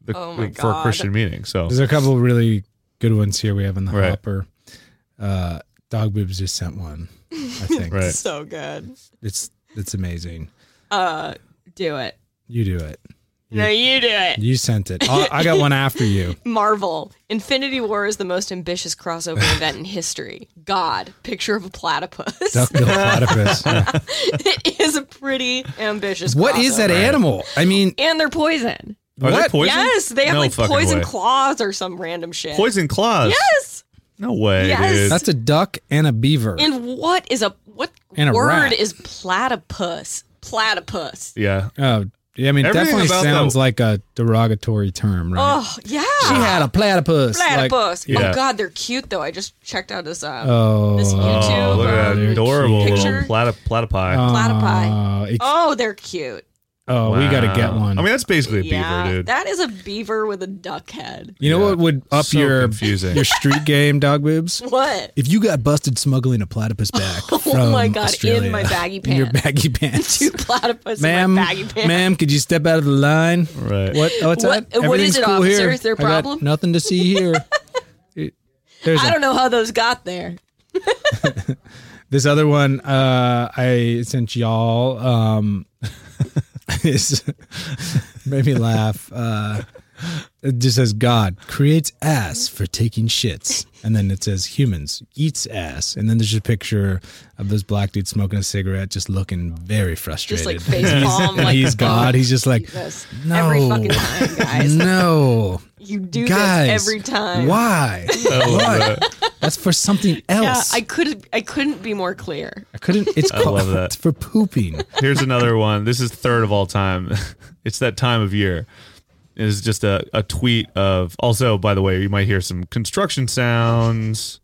S5: the
S6: Oh my
S5: for a
S6: God.
S5: Christian meeting. So
S4: There's a couple really good ones here we have in the
S5: Right.
S4: hopper. Uh, Dog Boobs just sent one. I think
S5: right.
S6: So good.
S4: it's it's amazing.
S6: Uh, do it.
S4: You do it.
S6: No, you do it.
S4: You sent it. Oh, I, I got one after you.
S6: Marvel. Infinity War is the most ambitious crossover event in history. God, picture of a platypus.
S4: Duckbill platypus.
S6: it is a pretty ambitious.
S4: What is that
S6: crossover.
S4: animal? I mean,
S6: And they're poison.
S5: Are they
S4: What?
S5: poison?
S6: Yes, they have
S5: No
S6: like
S5: fucking
S6: poison
S5: way.
S6: claws or some random shit.
S5: Poison claws.
S6: Yes.
S5: No way,
S6: Yes.
S5: dude.
S4: that's a duck and a beaver.
S6: And what is a what
S4: And a
S6: word
S4: rat.
S6: is platypus? Platypus.
S5: yeah.
S4: Oh, yeah, I mean,
S5: Everything
S4: definitely
S5: about
S4: sounds
S5: that-
S4: like a derogatory term, right?
S6: Oh yeah.
S4: she had a platypus. like-
S6: platypus.
S5: Yeah.
S6: Oh god, they're cute though. I just checked out this uh,
S4: oh,
S6: This YouTube,
S5: Oh, look
S6: uh,
S5: at that adorable little
S6: picture.
S5: plati- platypi.
S6: platypi.
S4: Oh, it-
S6: Oh, they're cute.
S4: oh, we got to get
S5: Wow.
S4: one.
S5: I mean, that's basically a
S6: yeah,
S5: beaver, dude.
S6: that is a beaver with a duck head.
S4: you know what would up
S5: So
S4: your
S5: confusing.
S4: your street game, dog boobs?
S6: What?
S4: If you got busted smuggling a platypus back
S6: Oh my
S4: from
S6: God, in
S4: Australia,
S6: my baggy
S4: in your
S6: pants.
S4: baggy pants,
S6: Two platypus in
S4: ma'am,
S6: my baggy pants.
S4: ma'am, could you step out of the line?
S5: Right.
S4: What? Oh, it's
S6: What-
S4: that?
S6: what
S4: Everything's
S6: is it,
S4: cool
S6: officer?
S4: Here.
S6: Is there a
S4: I got
S6: problem?
S4: nothing to see here. It- There's
S6: I
S4: a
S6: don't know how those got there.
S4: This other one uh, I sent y'all um, is made me laugh. Uh, it just says God creates ass for taking shits, and then it says humans eats ass, and then there's just a picture of this black dude smoking a cigarette, just looking very frustrated.
S6: Just like face palm.
S4: and
S6: like,
S4: he's God. He's just like,
S6: Jesus.
S4: no,
S6: Every fucking time, guys.
S4: no,
S6: You do
S4: guys,
S6: this every time.
S4: Why?
S5: I love that.
S4: That's for something
S6: Yeah,
S4: else.
S6: I could I couldn't be more clear.
S4: I couldn't. It's called
S5: love that.
S4: it's for pooping.
S5: Here's another one. This is third of all time. It's that time of year. It's just a, a tweet of. Also, by the way, you might hear some construction sounds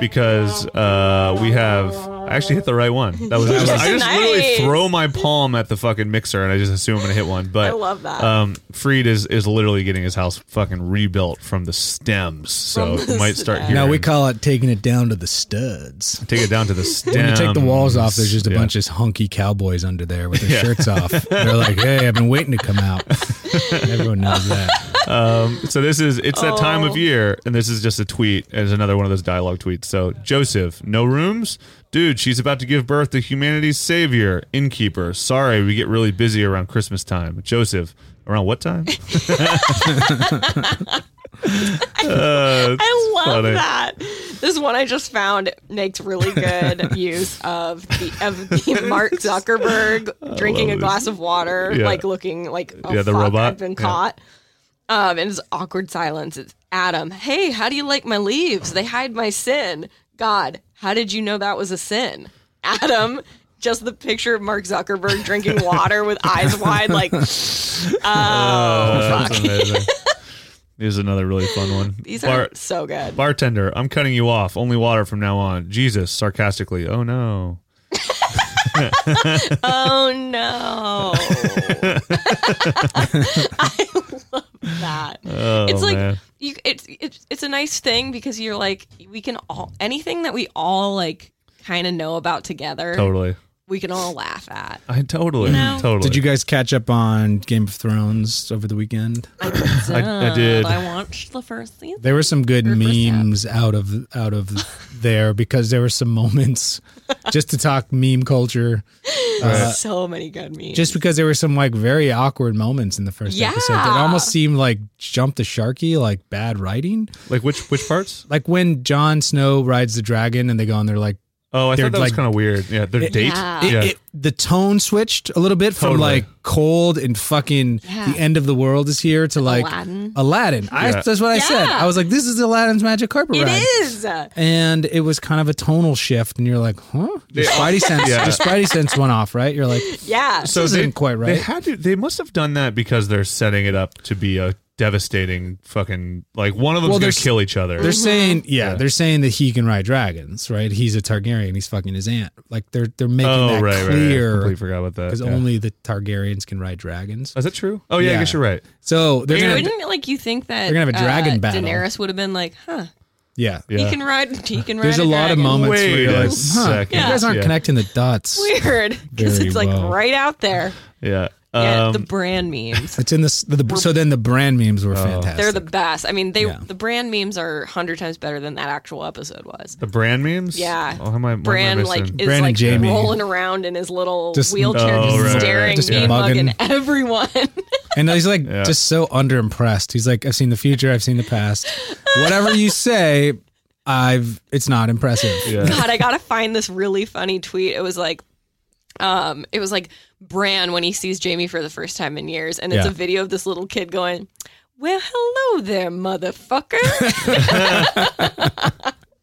S5: because uh, we have. I actually hit the right one. That was. I, just literally
S6: Nice.
S5: throw my palm at the fucking mixer and I just assume I'm gonna hit one. But
S6: I love that.
S5: Um, Freed is is literally getting his house fucking rebuilt from the stems, so
S6: From the
S5: you might start.
S6: stems.
S5: Hearing,
S4: No, we call it taking it down to the studs.
S5: take it down to the stems.
S4: When you take the walls off, there's just a
S5: Yeah.
S4: bunch of hunky cowboys under there with their shirts off. They're like, "Hey, I've been waiting to come out." Everyone knows that.
S5: Um, So this is it's that time of year, and this is just a tweet. It's another one of those dialogue tweets. So Joseph, no rooms, dude. She's about to give birth to humanity's savior, innkeeper. Sorry, we get really busy around Christmas time. Joseph, around what time? Uh,
S6: I love
S5: funny.
S6: that. This one I just found makes really good use of the of the Mark Zuckerberg drinking a
S5: love
S6: glass of water,
S5: Yeah.
S6: like looking like oh,
S5: Yeah, the
S6: fuck,
S5: robot.
S6: I've been
S5: Yeah.
S6: caught. Um, and it's awkward silence. It's Adam. Hey, how do you like my leaves? They hide my sin. God, how did you know that was a sin? Adam. Just the picture of Mark Zuckerberg drinking water with eyes wide, like,
S5: Uh, that's amazing. Here's another really fun one.
S6: these
S5: Bar-
S6: are so good.
S5: bartender, I'm cutting you off. Only water from now on. Jesus, sarcastically. Oh no.
S6: Oh no. I love that.
S5: Oh,
S6: it's like
S5: man.
S6: you, it's it's it's a nice thing because you're like we can all anything that we all like kind of know about together.
S5: totally.
S6: We can all laugh at.
S5: I totally,
S6: know?
S5: totally.
S4: Did you guys catch up on Game of Thrones over the weekend?
S5: I, I did.
S6: I watched the first season.
S4: There were some good
S6: first half.
S4: memes out of out of there because there were some moments just to talk meme culture.
S6: so many good memes.
S4: Just because there were some like very awkward moments in the first
S6: Yeah.
S4: episode, that almost seemed like jump the sharky, like bad writing.
S5: Like which which parts?
S4: like when Jon Snow rides the dragon and they go and they're like
S5: Oh, I
S4: They're
S5: thought that was
S4: like-
S5: kind of weird. Yeah, their date.
S6: Yeah.
S4: it, it, the tone switched a little bit from
S5: Totally.
S4: like cold and fucking
S6: Yeah.
S4: the end of the world is here to like
S6: Aladdin.
S4: Aladdin. I,
S5: Yeah.
S4: that's what I said.
S6: Yeah.
S4: I was like, this is Aladdin's magic carpet
S6: it
S4: ride.
S6: is.
S4: And it was kind of a tonal shift, and you're like, huh? Your Spidey sense,
S5: Yeah.
S4: your Spidey sense went off, right? You're like,
S6: Yeah.
S5: So
S4: This
S5: they
S4: isn't quite right.
S5: They had to. They must have done that because they're setting it up to be a devastating fucking like one of them's
S4: Well,
S5: gonna
S4: there's-
S5: kill each other.
S6: Mm-hmm.
S4: They're saying, yeah,
S5: Yeah.
S4: they're saying that he can ride dragons, right? He's a Targaryen. He's fucking his aunt. Like they're they're making
S5: Oh,
S4: that clear
S5: Completely forgot about that.
S4: because
S5: yeah.
S4: only the Targaryens can ride dragons.
S5: is that true? Oh yeah,
S4: Yeah.
S5: I guess you're right.
S4: So they're gonna,
S6: Wouldn't like you think that
S4: They're gonna have a dragon
S6: uh,
S4: battle.
S6: Daenerys would have been like, huh?
S4: yeah.
S5: Yeah.
S6: He can ride. He can ride.
S4: There's a lot of
S6: dragon.
S4: moments where
S5: Wait
S4: you're
S5: a
S4: like, huh, you
S5: second.
S4: guys aren't
S5: Yeah.
S4: connecting the dots.
S6: Weird because
S4: Very
S6: it's like
S4: well.
S6: right out there.
S5: Yeah.
S6: Yeah,
S5: Um,
S6: the brand memes.
S4: It's in this. The, the, so then the brand memes
S5: Oh.
S4: were fantastic.
S6: They're the best. I mean, they
S4: Yeah.
S6: the brand memes are hundred times better than that actual episode was.
S5: the brand memes.
S6: Yeah,
S5: Oh, how am I?
S6: Bran
S5: what am I
S6: like
S5: missing?
S6: is
S4: Bran and
S6: like
S4: Jamie.
S6: rolling around in his little
S4: Just-
S6: wheelchair,
S5: Oh, right,
S6: just
S5: right, right.
S6: staring,
S5: Just
S6: mean
S4: mugging.
S6: mugging everyone.
S4: and he's like
S5: Yeah.
S4: just so underimpressed. He's like, I've seen the future. I've seen the past. Whatever you say, I've. It's not impressive.
S5: Yeah.
S6: God, I gotta find this really funny tweet. It was like, um, it was like Bran when he sees Jamie for the first time in years, and it's
S4: Yeah.
S6: a video of this little kid going, "Well, hello there, motherfucker."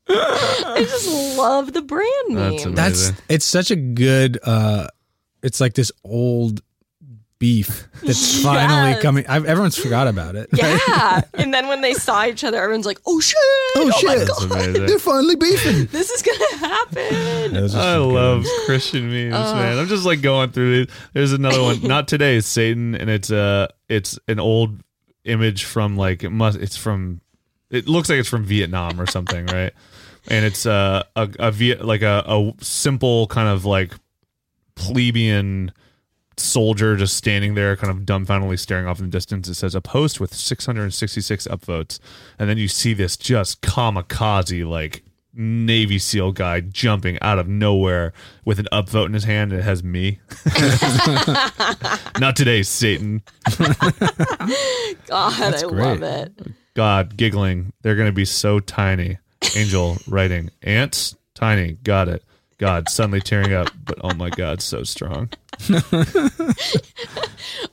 S6: I just love the Bran meme.
S5: That's amazing.
S4: That's. It's such a good. uh It's like this old beef that's finally
S6: Yes.
S4: coming. I've, everyone's forgot about it.
S6: yeah, and then when they saw each other, everyone's like, "Oh shit!
S4: Oh, shit!
S5: That's amazing.
S4: They're finally beefing.
S6: This is gonna happen."
S5: I love Christian memes, man. I'm just like going through these. There's another one, not today, it's Satan, and it's uh it's an old image from like it must it's from it looks like it's from Vietnam or something, right? And it's uh a, a Viet like a, a simple kind of like plebeian soldier just standing there, kind of dumbfoundedly staring off in the distance. It says a post with 666 upvotes, and then you see this just kamikaze like Navy SEAL guy jumping out of nowhere with an upvote in his hand, and it has me. Not today, Satan.
S6: God, I love
S4: great.
S6: it.
S5: God, giggling. They're going to be so tiny. Angel writing ants tiny. Got it. God, suddenly tearing up, but oh my God, so strong.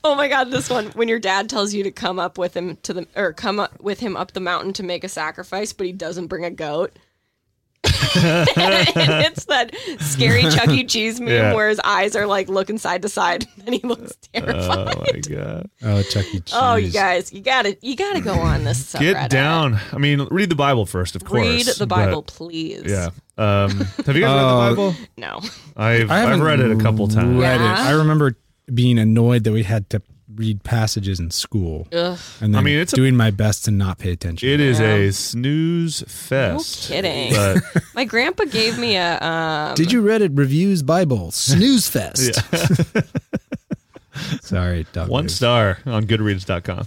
S6: Oh my god, this one when your dad tells you to come up with him to the or come up with him up the mountain to make a sacrifice, but he doesn't bring a goat. and it's that scary Chuck E. Cheese meme
S5: Yeah.
S6: where his eyes are like looking side to side and he looks
S5: Oh
S6: terrified.
S5: my God.
S4: Oh, Chuck E. Cheese.
S6: oh, you guys, you gotta you gotta go on this. subreddit.
S5: Get down. I mean, read the Bible first, of course.
S6: Read the
S5: but-
S6: Bible, please.
S5: yeah. Um, have you guys read the Bible?
S6: No.
S5: I've,
S4: Uh, I
S5: I've
S4: haven't
S5: read it a couple times.
S4: read it.
S6: Yeah.
S4: I remember being annoyed that we had to read passages in school, and then
S5: I mean, it's a-
S4: doing my best to not pay attention.
S5: It is a snooze fest.
S6: No kidding.
S5: But
S6: My grandpa gave me a um,
S4: Did you read it? Reviews Bible snooze fest. Sorry, Doug.
S5: one
S4: Dave.
S5: star on Goodreads.com.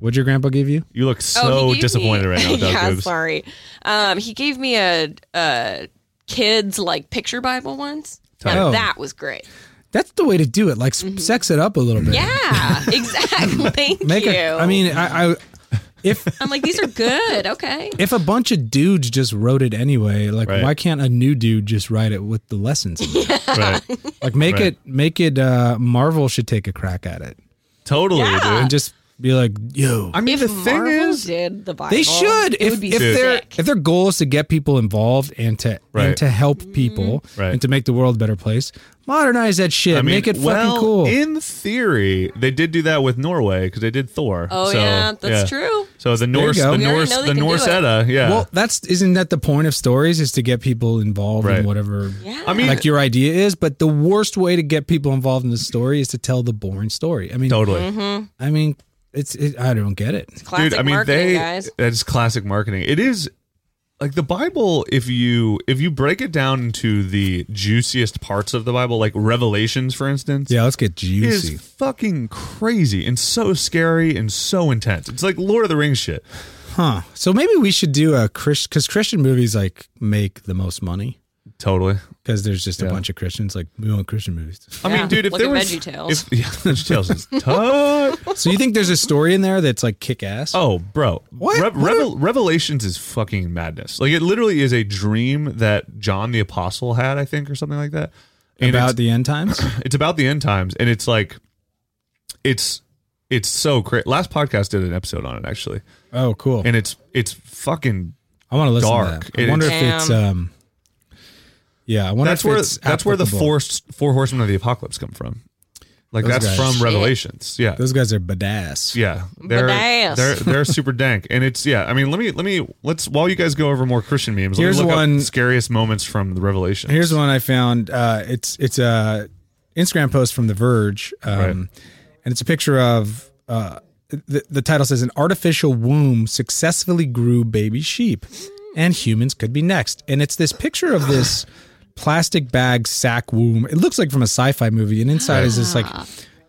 S4: What'd your grandpa give you?
S5: You look
S6: Oh,
S5: so
S6: he gave
S5: disappointed
S6: me-
S5: right now, Doug
S6: yeah,
S5: Goobs.
S6: sorry. Um, he gave me a, a kids like picture Bible once. And
S4: Oh.
S6: that was great.
S4: That's the way to do it. Like s- sex it up a little bit.
S6: Mm-hmm. Yeah, exactly. Thank
S4: Make
S6: you.
S4: a. I mean, I, I if
S6: I'm like these are good. Okay.
S4: if a bunch of dudes just wrote it anyway, like
S5: Right.
S4: why can't a new dude just write it with the lessons? In it?
S5: Right.
S4: Like make
S5: Right.
S4: it make it. uh Marvel should take a crack at it
S5: Totally,
S4: and
S5: dude.
S4: just be like, yo.
S5: I mean,
S6: If
S5: the thing
S6: Marvel
S5: is,
S6: did the Bible,
S4: They should.
S6: It
S4: if
S6: would be
S4: if their
S6: sick.
S4: if their goal is to get people involved and to and
S5: Right. Mm-hmm.
S4: to help people
S5: Right.
S4: and to make the world a better place, modernize that shit.
S5: I mean,
S4: make it
S5: well,
S4: fucking cool.
S5: In theory, they did do that with Norway because they did Thor.
S6: Oh
S5: So,
S6: yeah, that's
S5: yeah.
S6: true.
S5: So the
S4: you
S5: Norse,
S4: go.
S5: the
S4: We
S6: already
S5: Norse,
S6: know they
S5: the
S6: can do
S5: Norse
S6: it.
S5: Edda. Yeah.
S4: well, that's isn't that the point of stories is to get people involved
S5: Right.
S4: in whatever
S6: Yeah.
S5: I mean,
S4: like your idea is, but the worst way to get people involved in the story is to tell the boring story. I mean,
S5: totally.
S6: Mm-hmm.
S4: I mean, it's it, I don't get it.
S6: Classic
S5: Dude, I mean,
S6: marketing,
S5: they
S6: guys.
S5: that's classic marketing. It is like the Bible. If you if you break it down into the juiciest parts of the Bible, like Revelations, for instance,
S4: Yeah, let's get
S5: is
S4: juicy.
S5: fucking crazy and so scary and so intense. It's like Lord of the Rings shit.
S4: Huh. So maybe we should do a Christian cuz Christian movies like make the most money
S5: Totally.
S4: cuz there's just a bunch of Christians like we want Christian movies.
S5: I
S6: Yeah,
S5: mean, dude, if
S6: look
S5: there
S6: at
S5: was
S6: VeggieTales.
S5: if yeah, VeggieTales is tight.
S4: So you think there's a story in there that's like kick ass?
S5: Oh, bro.
S4: What?
S5: Rev- Revel- Revelations is fucking madness. Like, it literally is a dream that John the Apostle had, I think, or something like that. And
S4: about
S5: it's-
S4: the end times?
S5: it's about the end times and it's like it's it's so crazy last podcast did an episode on it actually
S4: Oh, cool.
S5: and it's it's fucking
S4: I want to listen
S5: dark.
S4: to that. I
S5: It
S4: wonder
S5: is-
S4: if it's um Yeah, I wonder
S5: that's
S4: if
S5: where
S4: it's
S5: that's where the
S4: applicable.
S5: four four horsemen of the apocalypse come from Like
S4: Those
S5: that's
S4: guys.
S5: from
S6: Shit.
S5: Revelations. Yeah.
S4: Those guys are badass.
S5: Yeah, they're
S6: Badass.
S5: they're they're super dank, and it's yeah. I mean, let me let me let's while you guys go over more Christian memes. Let
S4: Here's
S5: me look
S4: one-
S5: up scariest moments from the Revelation.
S4: Here's one I found. Uh, it's it's a Instagram post from The Verge, um,
S5: Right.
S4: and it's a picture of uh, the the title says an artificial womb successfully grew baby sheep, and humans could be next. And it's this picture of this plastic bag sack womb. It looks like from a sci-fi movie, and inside is this like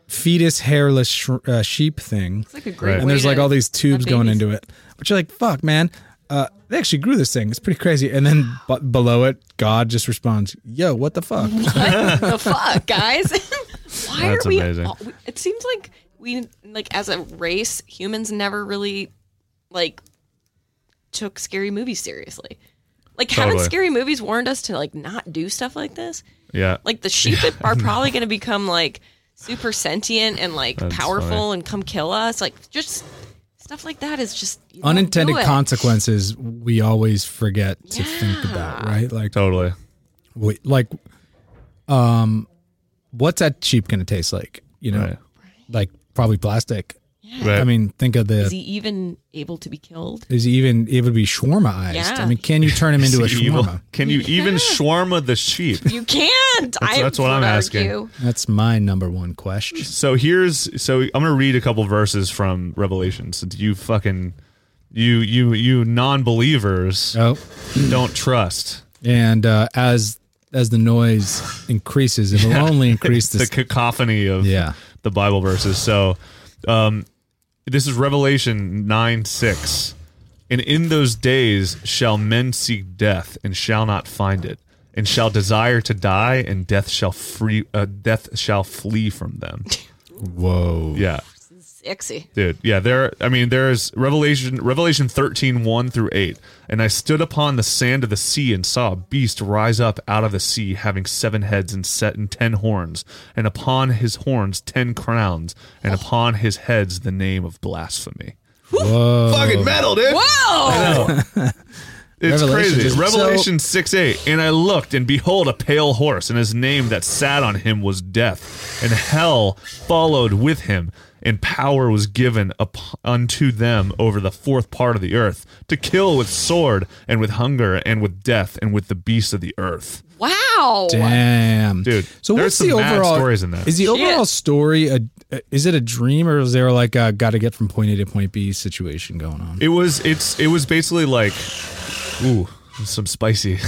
S4: fetus hairless sh- uh, sheep thing.
S6: Ah. It's like a great.
S5: Right.
S4: and
S6: way
S4: there's like
S6: to
S4: all these tubes
S6: have
S4: going
S6: babies.
S4: into it. But you're like, fuck, man. Uh, they actually grew this thing. It's pretty crazy. And then b- below it, God just responds, "Yo, what the fuck?"
S6: What the fuck, guys? Why
S5: That's
S6: are we?
S5: amazing.
S6: all- we- it seems like we, like as a race, humans never really, like, took scary movies seriously. Like, haven't
S5: Totally.
S6: scary movies warned us to like not do stuff like this?
S5: yeah,
S6: Like, the sheep are probably going to become like super sentient and like
S5: That's
S6: powerful
S5: funny.
S6: and come kill us. Like, just stuff like that is just you don't
S4: Unintended
S6: do it.
S4: consequences we always forget to think about, right? Like,
S5: totally.
S4: wait, like, um, what's that sheep gonna taste like? You know,
S5: Right.
S4: like probably plastic.
S5: Right.
S4: I mean, think of the.
S6: Is
S4: Is
S6: he
S4: he-
S6: even able to be killed?
S4: even it would be shawarma eyes.
S6: Yeah.
S4: I mean, can you turn him into a
S5: Evil.
S4: shawarma?
S5: Can you even shawarma the sheep?
S6: You can't. I
S5: that's what I'm
S6: would
S5: asking.
S6: argue.
S4: That's my number one question.
S5: So here's so I'm gonna read a couple verses from Revelation since you fucking you you you non-believers
S4: Oh,
S5: don't trust
S4: and uh, as as the noise increases, it will only increase
S5: the
S4: this.
S5: cacophony of
S4: Yeah.
S5: the Bible verses. So um, this is Revelation 9 6. And in those days shall men seek death and shall not find it, and shall desire to die, and death shall free uh, death shall flee from them.
S4: Whoa!
S5: Yeah.
S6: Sexy.
S5: dude yeah there i mean there's revelation revelation 13 1 through 8 and i stood upon the sand of the sea and saw a beast rise up out of the sea having seven heads and set in ten horns and upon his horns ten crowns and upon his heads the name of blasphemy
S4: Whoa!
S5: fucking metal dude
S6: Whoa!
S5: it's
S4: Revelation
S5: crazy.
S4: is so-
S5: Revelation 6 8. And I looked, and behold, a pale horse, and his name that sat on him was Death, and hell followed with him, and power was given up unto them over the fourth part of the earth to kill with sword, and with hunger, and with death, and with the beasts of the earth.
S6: Wow.
S4: Damn,
S5: Dude,
S4: So
S5: there's
S4: what's
S5: some
S4: the
S5: mad
S4: overall
S5: stories in that.
S4: Is the
S6: Shit.
S4: overall story a? a- Is it a dream or is there like a got to get from point A to point B situation going on?
S5: It was it's it was basically like ooh, some spicy.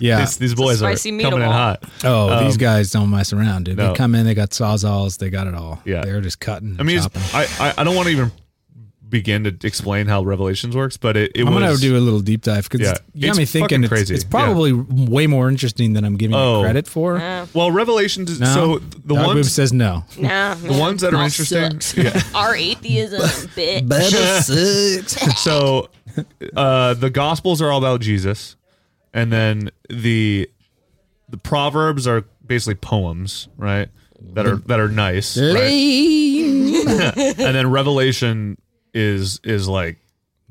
S4: Yeah.
S5: these, these boys are
S6: spicy
S5: coming in
S6: meatable.
S5: hot.
S4: Oh, these guys don't mess around, dude.
S5: um, no.
S4: They come in, they got sawzalls, they got it all.
S5: Yeah.
S4: they're just cutting.
S5: I mean, it's,
S4: chopping.
S5: I, I I don't want to even begin to explain how Revelations works, but it, it
S4: I'm gonna
S5: was
S4: do a little deep dive because
S5: Yeah.
S4: you got
S5: It's
S4: me
S5: fucking
S4: thinking. It's,
S5: crazy.
S4: it's probably way more interesting than I'm giving
S5: Oh.
S4: it credit for.
S5: well Revelations. is
S4: No,
S5: So the
S4: Dog Boob
S5: ones
S4: says no.
S6: Nah,
S5: the ones that are
S6: all
S5: interesting.
S6: sucks.
S5: Yeah.
S6: Our atheism, bitch.
S5: So uh, the Gospels are all about Jesus, and then the the Proverbs are basically poems, right? That are that are nice, right? and then Revelation is is like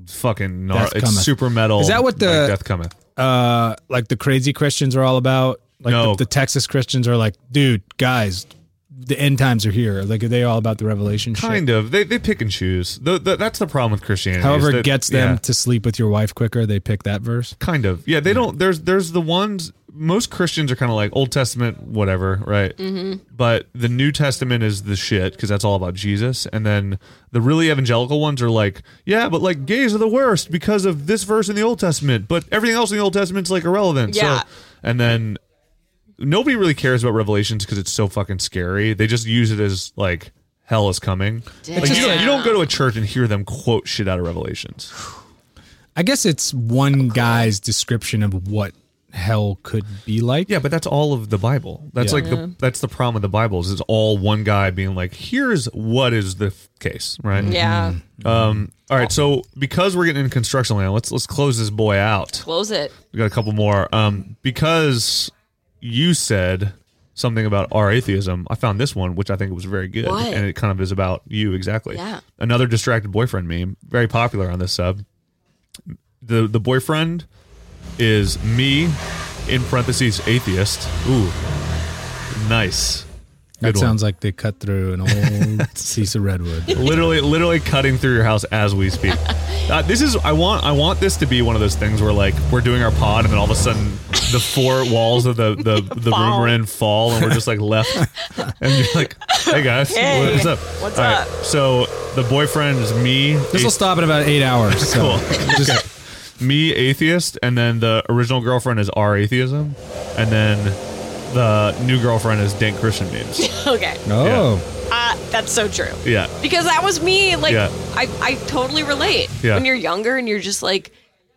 S5: fucking gnar-
S4: Death
S5: it's
S4: cometh.
S5: super metal.
S4: Is that what the-
S5: like death cometh?
S4: uh, like the crazy Christians are all about. Like
S5: No.
S4: the, the Texas Christians are like, dude, guys, the end times are here. Like, are they all about the revelation? shit?
S5: Kind of. They, they pick and choose. Tho- tho- that's the problem with Christianity. is
S4: However,
S5: that-
S4: it gets them
S5: yeah,
S4: to sleep with your wife quicker. They pick that verse.
S5: kind of. Yeah, they don't. There's there's the ones. Most Christians are kind of like Old Testament, whatever, right? Mm-hmm. But the New Testament is the shit because that's all about Jesus. And then the really evangelical ones are like, yeah, but like gays are the worst because of this verse in the Old Testament, but everything else in the Old Testament's like irrelevant.
S6: Yeah.
S5: So, and then nobody really cares about Revelations because it's so fucking scary. They just use it as like hell is coming. Like,
S6: It's
S5: you,
S6: just
S5: you don't go to a church and hear them quote shit out of Revelations.
S4: I guess it's one guy's description of what hell could be like.
S5: Yeah, but that's all of the Bible. That's
S4: Yeah.
S5: like the that's the problem with the Bible is it's all one guy being like, here's what is the f- case, right?
S6: Yeah,
S5: Um. All right. So because we're getting into construction land, let's let's close this boy out.
S6: close it.
S5: We got a couple more. Um. Because you said something about our atheism, I found this one which I think was very good,
S6: What?
S5: and it kind of is about you exactly.
S6: Yeah.
S5: Another distracted boyfriend meme, very popular on this sub. The the boyfriend is me in parentheses atheist. Ooh, nice.
S4: That
S5: Good one.
S4: sounds like they cut through an old piece of redwood.
S5: literally literally cutting through your house as we speak uh, this is i want i want this to be one of those things where like we're doing our pod and then all of a sudden the four walls of the the, the room
S6: Fall.
S5: we're in fall and we're just like left and you're like hey guys
S6: Hey,
S5: what's up
S6: what's
S5: All
S6: up?
S5: so the boyfriend is me
S4: This will
S5: athe-
S4: stop in about eight hours. So just,
S5: me atheist and then the original girlfriend is our atheism and then the new girlfriend is dank christian memes
S6: Okay.
S4: Oh,
S6: Uh, that's so true.
S5: yeah
S6: Because that was me. Like,
S5: Yeah.
S6: I, I totally relate.
S5: Yeah.
S6: When you're younger and you're just like,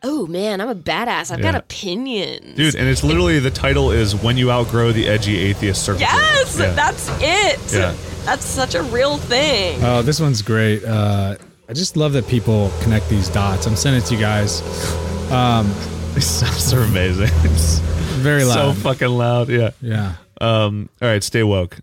S6: oh man, I'm a badass. I've
S5: Yeah.
S6: got opinions.
S5: dude and it's literally the title is when you outgrow the edgy atheist circle
S6: Yes,
S5: Yeah.
S6: that's it.
S5: Yeah.
S6: That's such a real thing.
S4: oh, this one's great. Uh, I just love that people connect these dots. I'm sending it to you guys.
S5: These sounds are amazing.
S4: Very
S5: so
S4: loud.
S5: fucking loud. Yeah.
S4: yeah.
S5: Um. All right. Stay woke.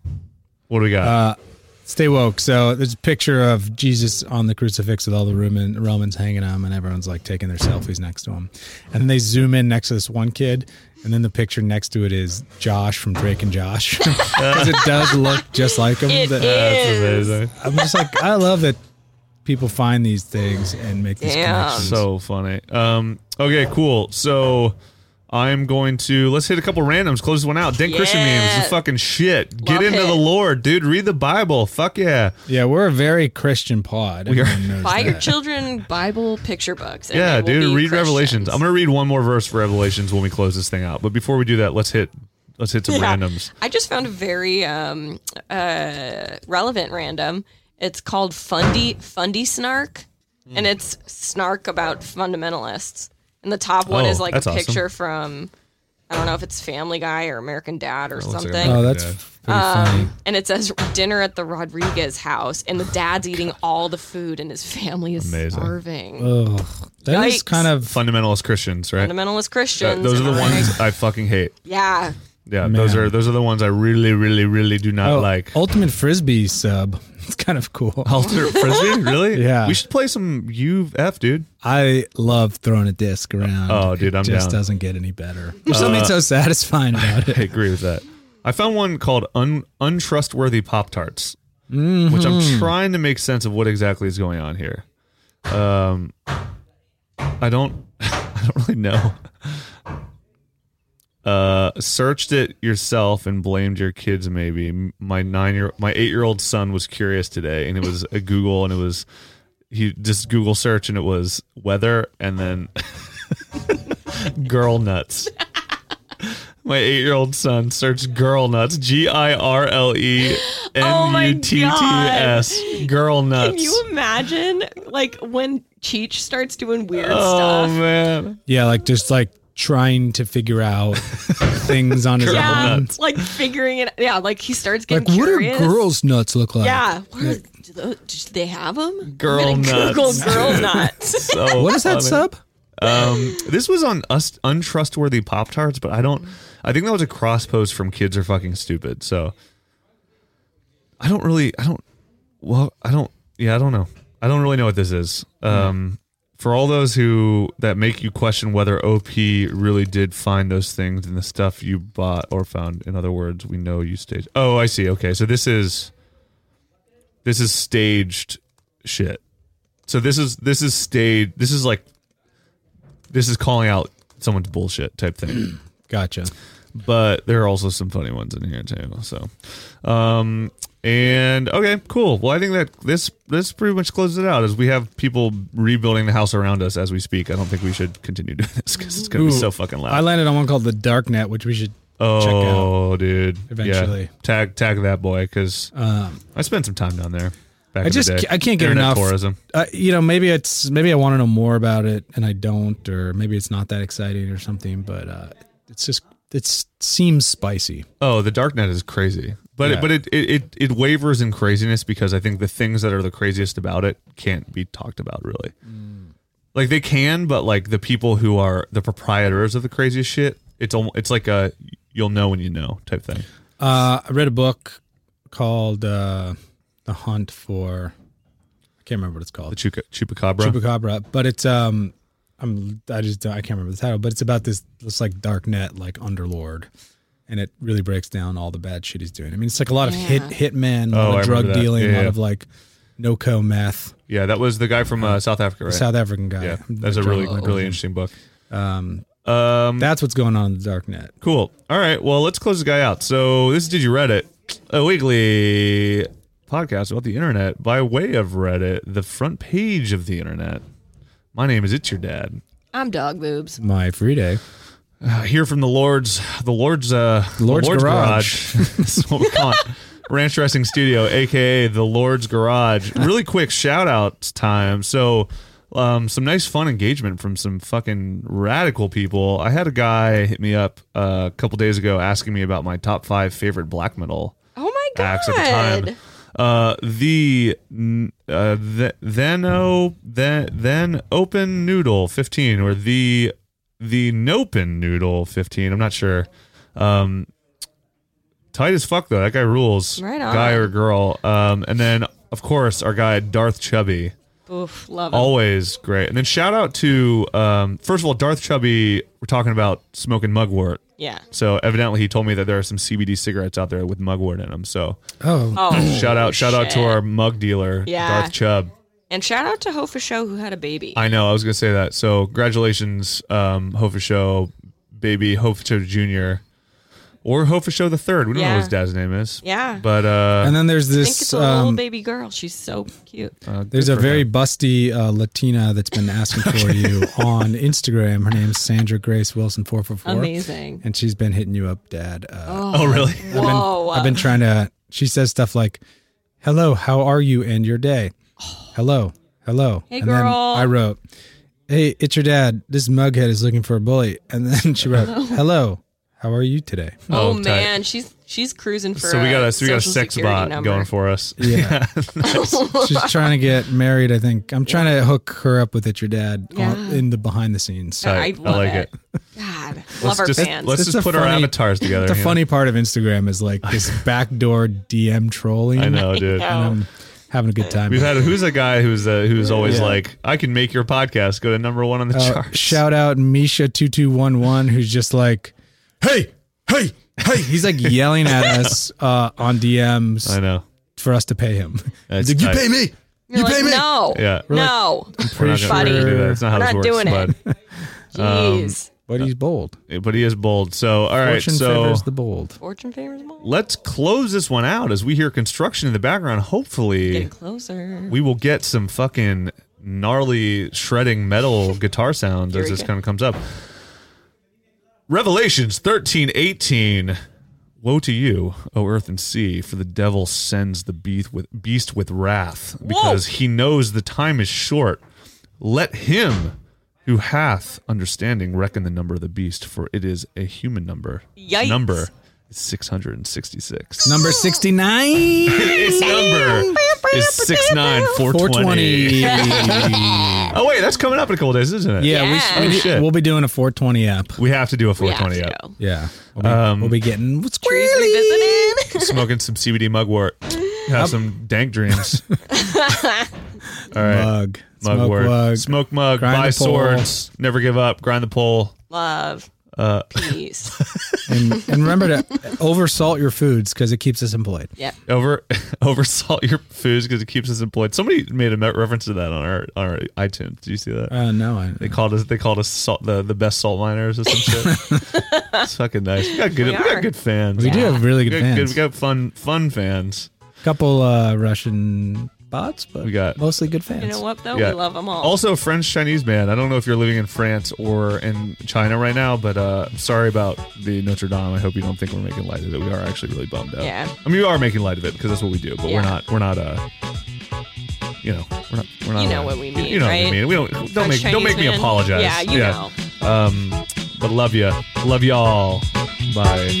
S5: What do we got?
S4: Stay woke. So there's a picture of Jesus on the crucifix with all the Roman, Romans hanging on him, and everyone's like taking their selfies next to him. And then they zoom in next to this one kid, and then the picture next to it is Josh from Drake and Josh because it does look just like him.
S6: It
S4: The-
S5: That's
S6: is.
S5: amazing.
S4: I'm just like, I love that people find these things and make these
S6: Damn.
S4: connections.
S5: So funny. Um. Okay. Cool. So. I'm going to let's hit a couple randoms. Close this one out. Dink Christian
S6: Yeah.
S5: memes, is fucking shit.
S6: Love
S5: Get into
S6: it.
S5: the Lord, dude. Read the Bible. Fuck yeah,
S4: Yeah, we're a very Christian pod.
S5: are.
S4: Everyone knows
S6: Buy your
S4: that.
S6: children Bible picture books. and
S5: yeah,
S6: they will
S5: dude.
S6: be
S5: Read Revelations.
S6: Christians.
S5: I'm gonna read one more verse for Revelations when we close this thing out. But before we do that, let's hit let's hit some
S6: Yeah.
S5: randoms.
S6: I just found a very um, uh, relevant random. It's called Fundy Fundy Snark, and it's snark about fundamentalists. And the top one
S5: Oh,
S6: is like
S5: that's
S6: a
S5: awesome.
S6: picture from I don't know if it's Family Guy or American Dad or
S5: looks like
S6: something.
S5: American
S4: Oh, that's
S5: Yeah.
S4: pretty
S6: Um,
S4: funny.
S6: and it says dinner at the Rodriguez house, and the dad's eating all the food, and his family is
S5: Amazing. Uh,
S6: starving.
S4: Ugh, that is
S6: Yikes.
S4: kind of
S5: Fundamentalist Christians, right?
S6: Fundamentalist
S5: Uh,
S6: Christians.
S5: those are the
S6: and I'm like,
S5: ones I fucking hate.
S6: Yeah.
S5: Yeah, those
S4: Man.
S5: are those are the ones I really, really, really do not
S4: oh,
S5: like.
S4: ultimate frisbee sub. It's kind of cool.
S5: Ultimate frisbee, really?
S4: Yeah.
S5: we should play some UF, dude.
S4: I love throwing a disc around.
S5: Oh, dude, I'm
S4: it just
S5: down.
S4: doesn't get any better. Uh, There's something so satisfying about
S5: I
S4: it.
S5: agree with that. I found one called un- untrustworthy pop tarts, which
S4: Mm-hmm.
S5: I'm trying to make sense of what exactly is going on here. Um, I don't, I don't really know. Uh, searched it yourself and blamed your kids. Maybe M- my nine year, my eight year old son was curious today, and it was a Google, and it was he just Google search, and it was weather, and then girl nuts. My eight year old son searched girl nuts, G I R L E N
S6: my
S5: U T T S, girl nuts.
S6: Oh Can you imagine, like, when Cheech starts doing weird
S5: oh,
S6: stuff?
S5: man.
S4: Yeah, like just like trying to figure out things on his
S6: Yeah,
S4: own.
S6: like figuring it. Yeah, like he starts
S4: Like,
S6: getting
S4: what do
S6: curious.
S4: girls' nuts look like?
S6: Yeah, what are, do, tho- do they have them?
S5: Girl
S6: Google
S5: nuts.
S6: girl nuts.
S5: So
S4: What is that
S5: Oh, funny.
S4: sub?
S5: Um, this was on us untrustworthy Pop Tarts, but I don't. I think that was a cross post from Kids Are Fucking Stupid. So I don't really. I don't. Well, I don't. Yeah, I don't know. I don't really know what this is. Um, for all those who that make you question whether OP really did find those things and the stuff you bought or found. In other words, we know you staged. Oh, I see. Okay, so this is this is staged shit. So this is this is staged. This is like this is calling out someone's bullshit type thing.
S4: Gotcha.
S5: but there are also some funny ones in here too. So, um, and okay, cool. Well, I think that this this pretty much closes it out. As we have people rebuilding the house around us as we speak, I don't think we should continue doing this because it's gonna be
S4: Ooh,
S5: so fucking loud.
S4: I landed on one called the Dark Net, which we should check out.
S5: oh, dude! yeah.
S4: eventually. Um,
S5: tag tag that boy because I spent some time down there. Back
S4: I just
S5: in the day.
S4: ca- I can't get
S5: Internet
S4: enough.
S5: tourism.
S4: Uh, you know, maybe it's maybe I want to know more about it and I don't, or maybe it's not that exciting or something. But uh, it's just it seems spicy.
S5: Oh, the dark net is crazy. But
S4: Yeah.
S5: it, but it, it, it it wavers in craziness because I think the things that are the craziest about it can't be talked about really.
S4: Mm.
S5: Like they can, but like the people who are the proprietors of the craziest shit, it's almost, it's like a you'll know when you know type thing.
S4: Uh, I read a book called uh, The Hunt for. I can't remember what it's
S5: The
S4: called.
S5: chupa, chupacabra.
S4: Chupacabra, but it's um, I'm I just don't- I can't remember the title, but it's about this this like dark net like underlord, and it really breaks down all the bad shit he's doing. I mean, it's like a lot of hit hitmen, a
S5: Oh,
S4: lot
S5: I
S4: of drug
S5: remember that.
S4: dealing, a
S5: Yeah,
S4: lot
S5: yeah.
S4: of like no co meth,
S5: Yeah, that was the guy from uh, South Africa, right?
S4: South African guy.
S5: yeah, that's a really, really interesting book.
S4: That's what's going on in the dark net.
S5: Cool. All right. Well, let's close this guy out. So this is Did You Reddit, a weekly podcast about the internet by way of Reddit, the front page of the internet. My name is It's Your Dad.
S6: I'm dog boobs.
S4: My free day.
S5: I hear from the Lord's, the Lord's, uh, the
S4: Lord's
S5: That's what we call it. Ranch Dressing Studio, aka the Lord's Garage. Really quick shout out time. So, um, some nice fun engagement from some fucking radical people. I had a guy hit me up uh, a couple days ago asking me about my top five favorite black metal
S6: Oh my
S5: acts at the
S6: god.
S5: time. Uh, the n- uh, the, then oh then then open noodle fifteen or the the nopen noodle fifteen. I'm not sure. Um, tight as fuck though. That guy rules.
S6: Right on.
S5: Guy or girl. Um, and then of course our guy Darth Chubby.
S6: Oof, love it.
S5: Always great. And then shout out to um, first of all Darth Chubby. We're talking about smoking mugwort.
S6: yeah.
S5: So evidently he told me that there are some CBD cigarettes out there with mugwort in them. So
S4: Oh,
S6: Oh,
S5: Shout out, shout out to
S6: shit.
S5: our mug dealer,
S6: Yeah.
S5: Darth Chubb.
S6: and shout out to Ho for Show who had a baby.
S5: I know, I was gonna say that. So congratulations, um, Hofa Show baby, Hofa Show Junior, or Hofa Show the Third. We don't know
S6: Yeah.
S5: what his dad's name is.
S6: Yeah.
S5: But uh,
S4: and then there's
S6: I think it's
S4: this.
S6: a little
S4: Um,
S6: baby girl. She's so cute.
S5: uh,
S4: there's
S5: good
S4: a
S5: for
S4: very
S5: him.
S4: busty uh, Latina that's been asking for you on Instagram. Her name's Sandra Grace Wilson four four four.
S6: Amazing.
S4: And she's been hitting you up, Dad. Uh,
S5: Oh really?
S6: Whoa.
S4: I've been trying to. She says stuff like, "Hello, how are you and your day? Hello, hello."
S6: Hey,
S4: and
S6: girl.
S4: Then I wrote, "Hey, it's your dad. This mughead is looking for a bully." And then she wrote, "Hello, how are you today?"
S6: oh,
S5: Oh, tight.
S6: man, she's she's cruising for.
S5: So we got a so we got a
S6: social
S5: sex
S6: security
S5: bot
S6: number.
S5: going for us.
S4: Yeah, she's trying to get married. I think I'm trying to hook her up with it. Your dad
S6: Yeah.
S4: on- in the behind the scenes.
S6: I
S5: Tight.
S6: love
S5: like
S6: it.
S5: it.
S6: God, love
S5: Let's
S6: our
S5: just
S6: fans.
S5: let's
S4: It's
S5: just
S4: a
S5: put our
S4: funny-
S5: avatars together.
S4: the
S5: you know?
S4: funny part of Instagram is like this backdoor DM trolling.
S5: I know, dude.
S4: I'm having a good time.
S5: We've had who's a guy who's uh, who's always
S4: Yeah.
S5: like, I can make your podcast go to number one on the
S4: Uh,
S5: charts.
S4: shout out Misha two two one one, who's just like, hey, hey, hey. He's like yelling at us uh, on DMs
S5: I know.
S4: for us to pay him.
S5: That's
S4: He's like, you
S5: tight.
S4: pay me.
S6: You're
S4: you
S6: like,
S4: pay me.
S6: No.
S5: Yeah. We're like,
S6: No.
S5: We're not
S4: Pretty
S5: gonna- we're not gonna do
S4: sure.
S5: that. That's not how
S6: We're
S5: this
S6: not
S5: works.
S6: doing it.
S5: bud. Um,
S6: Jeez.
S4: But he's bold.
S5: but he is bold. So Uh, all right,
S4: Fortune
S5: so
S4: favors the bold.
S6: Fortune favors them all.
S5: let's close this one out as we hear construction in the background. Hopefully,
S6: Getting closer.
S5: we will get some fucking gnarly shredding metal guitar sound
S6: Here
S5: as
S6: we
S5: this
S6: go.
S5: kind of comes up. Revelations thirteen eighteen. Woe to you, O earth and sea, for the devil sends the beast with beast with wrath, because he knows the time is short. Let him who hath understanding reckon the number of the beast, for it is a human number.
S6: Yikes.
S5: Number is six hundred and sixty-six.
S4: Number 69.
S5: Its number is six nine four
S4: 420.
S5: twenty.
S4: yeah,
S5: Oh wait, that's coming up in a couple days, isn't it?
S4: we
S6: Yeah.
S4: should-
S5: Oh, shit.
S4: we'll be doing a 420 app.
S5: We have to do a
S6: Ah, We
S5: four
S6: have
S5: twenty. Um,
S6: to
S5: Yeah.
S6: go.
S4: Yeah. We'll be, we'll be getting
S6: Trees
S4: squirrely.
S6: revisited.
S5: Smoking some CBD mugwort. Have some dank dreams. All right.
S4: Mug. Smoke
S5: Mugwort.
S4: mug.
S5: Smoke mug.
S4: Grind
S5: buy
S4: the pole.
S5: swords. Never give up. Grind the pole. Uh,
S6: Love. Peace.
S4: And, and remember to oversalt your foods because it keeps us employed.
S6: Yep.
S5: Over oversalt your foods because it keeps us employed. Somebody made a me- reference to that on our on our iTunes. Do you see that?
S4: Uh, no, I,
S5: They called us. They called us salt, the the best salt miners or some shit. it's fucking nice. We got good. We,
S6: are.
S5: got good fans.
S4: we do have really good
S5: we got,
S4: fans.
S5: good, we got fun fun fans.
S4: couple uh, Russian bots, but
S5: We got-
S4: mostly good fans.
S6: You know what though?
S5: Yeah.
S6: Oh, We love them all.
S5: Also, French Chinese man. I don't know if you're living in France or in China right now, but uh, I'm sorry about the Notre Dame. I hope you don't think we're making light of it. We are actually really bummed out.
S6: Yeah.
S5: I mean, we are making light of it because that's what we do, but
S6: Yeah.
S5: we're not. We're not. Uh, you know, we're not. We're not
S6: You know
S5: allowed-
S6: what we mean,
S5: You, know what
S6: right?
S5: we mean. We don't. Don't make.
S6: French
S5: don't
S6: Chinese
S5: make me
S6: man.
S5: apologize.
S6: Yeah, you
S5: know. Um, but love you. Love y'all. Bye.